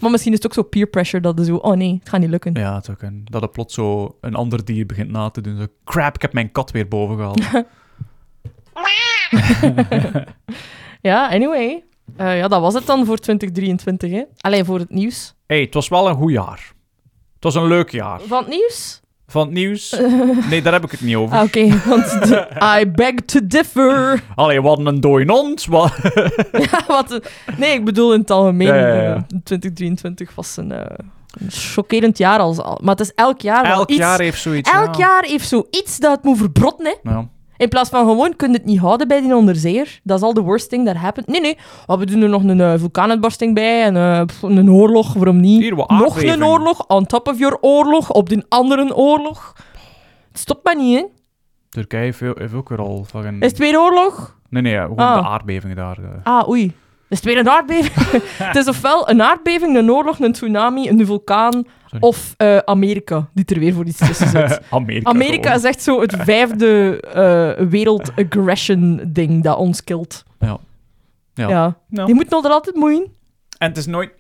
maar misschien is het ook zo peer pressure dat er zo... Oh nee, het gaat niet lukken.
Ja, het is ook een, dat het plots zo een ander dier begint na te doen. Zo, crap, ik heb mijn kat weer boven gehaald.
Ja, anyway. Eh, ja, dat was het dan voor 2023, hè? Alleen voor het nieuws.
hey, het was wel een goed jaar. Het was een leuk jaar.
Van het nieuws?
Van het nieuws? Nee, daar heb ik het niet over.
Ah, Oké, want de- I beg to differ.
Allee, wat een dooi ons. Wat...
Ja, wat een- nee, ik bedoel in het algemeen.
Ja, ja, ja.
eh, 2023 was een, eh, een chockerend jaar. Als, al- maar het is elk jaar Ah, wel
Elk
iets.
jaar heeft zoiets.
elk
ja. Nou.
jaar heeft zoiets dat het moet verbrotten, hè?
Ja.
In plaats van gewoon, kun je het niet houden bij die onderzeer. Dat is al de worst thing that happened. Nee, nee. Oh, we doen er nog een eh, vulkaanuitbarsting bij en eh, pff, een oorlog. Waarom niet?
Hier, wat
nog
aardbeving.
een oorlog. On top of your oorlog. Op die andere oorlog. Het stopt maar niet, hè.
Turkije heeft, veel- heeft ook weer al fucking...
Is het weer oorlog?
Nee, nee, ja, gewoon
Ah.
de aardbevingen daar. eh.
Ah, oei. Is het weer een aardbeving? het is ofwel een aardbeving, een oorlog, een tsunami, een vulkaan...
Sorry.
Of eh, Amerika, die er weer voor iets tussen zit.
Amerika.
Amerika
gewoon.
is echt zo het vijfde eh wereld-aggression-ding dat ons kilt.
Ja. Ja.
ja.
Nou.
Die moet nog er altijd moeien.
En het is nooit...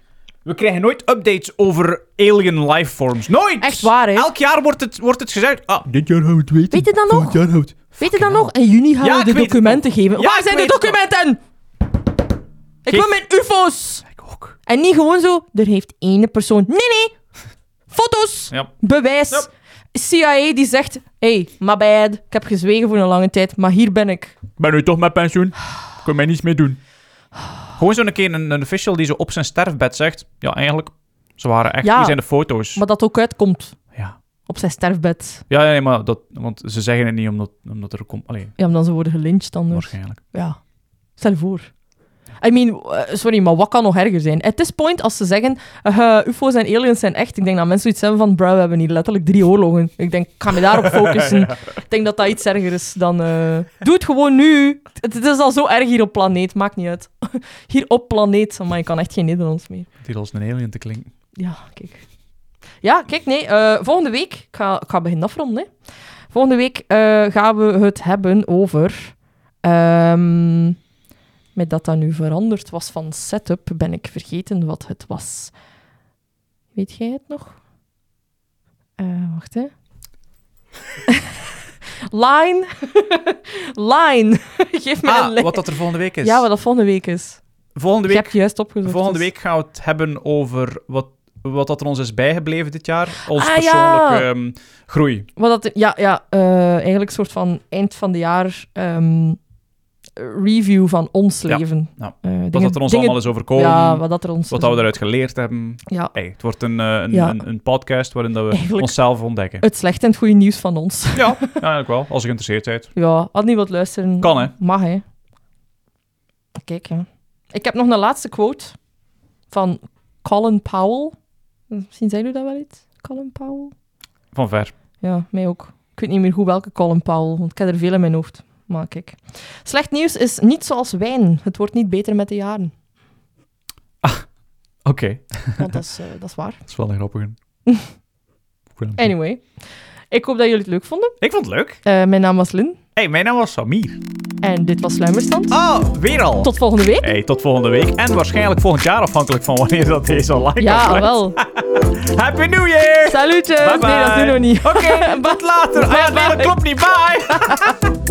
We krijgen nooit updates over alien lifeforms. Nooit!
Echt waar, hè?
Elk jaar wordt het, wordt het gezegd. Ah, dit jaar gaan we het weten.
Weet je dat
Volgend
nog?
jaar gaan we het-
Weet je dan nog? In juni gaan
Ja, ik
we de
weet het
documenten geven.
Ja,
Waar
ik
zijn de
weet het
documenten? Ik
Geef-
wil mijn ufo's!
Ik ook.
En niet gewoon zo, er heeft ene persoon... Nee, nee! Foto's!
Ja.
Bewijs!
Ja.
CIA die zegt... hey, my bad. Ik heb gezwegen voor een lange tijd, maar hier ben ik.
Ik ben nu toch met pensioen. Kun mij niets meer doen. Gewoon zo'n keer een, een official die zo op zijn sterfbed zegt... Ja, eigenlijk, ze waren echt...
Ja.
Hier zijn de foto's.
Maar dat ook uitkomt
Ja.
op zijn sterfbed.
Ja, nee, maar dat... Want ze zeggen het niet omdat, omdat er komt... Allee,
Ja, omdat ze worden gelyncht anders.
waarschijnlijk.
Ja. Stel je voor. I mean, eh, sorry, maar wat kan nog erger zijn? At this point, als ze zeggen, eh, ufo's en aliens zijn echt, ik denk dat mensen iets hebben van, bro, we hebben hier letterlijk drie oorlogen. Ik denk, ik ga me daarop focussen. Ik denk dat dat iets erger is dan... eh, Doe het gewoon nu. Het, het is al zo erg hier op planeet, maakt niet uit. hier op planeet, maar ik kan echt geen Nederlands meer.
Die als een alien te klinken.
Ja, kijk. Ja, kijk, nee. eh, volgende week, ik ga, ik ga beginnen afronden. Hè. Volgende week eh, gaan we het hebben over. ehm, met dat dat nu veranderd was van setup, ben ik vergeten wat het was. Weet jij het nog? Eh, wacht, hè. Line. Line. Geef mij een
Ah,
lijn.
wat dat er volgende week is.
Ja, wat dat volgende week is.
Volgende
Ik
week
heb je juist opgezocht.
Volgende
dus-
week gaan we het hebben over wat, wat dat er ons is bijgebleven dit jaar. Onze
Ah, ja.
persoonlijke ehm, groei.
Wat dat, ja, ja eh, eigenlijk een soort van eind van de jaar ehm, review van ons
Ja,
leven.
ja.
Eh, dingen-
Wat dat er ons
dingen-
allemaal is overkomen.
Ja, wat dat er ons...
wat dat we eruit geleerd hebben.
Ja,
Hey, het wordt een, eh, een,
Ja.
een, een podcast waarin dat we
Eigenlijk-
onszelf ontdekken.
het slechte en het goede nieuws van ons.
Ja, ja, eigenlijk wel. Als je geïnteresseerd bent.
Ja, had niet wat luisteren.
Kan, hè?
Mag, hè. Kijk, ja. Ik heb nog een laatste quote van Colin Powell. Misschien zijn jullie dat wel iets? Colin Powell?
Van ver.
Ja, mij ook. Ik weet niet meer goed welke Colin Powell, want ik heb er veel in mijn hoofd. maar kijk. Slecht nieuws is niet zoals wijn. Het wordt niet beter met de jaren.
Oké,
Want dat is, eh, dat is waar.
dat is wel een grappige.
Anyway. Ik hoop dat jullie het leuk vonden.
Ik vond het leuk.
Eh, mijn naam was Lynn.
Hey, mijn naam was Samir.
En dit was Sluimerstand.
Ah, weer al.
Tot volgende week.
Hey, tot volgende week. En waarschijnlijk volgend jaar, afhankelijk van wanneer dat deze online
Ja,
komt.
wel.
Happy New Year!
Salutjes. Nee, dat doen we niet.
Oké, tot later. Ah, ja, nee, dat
Bye-bye.
klopt niet. Bye!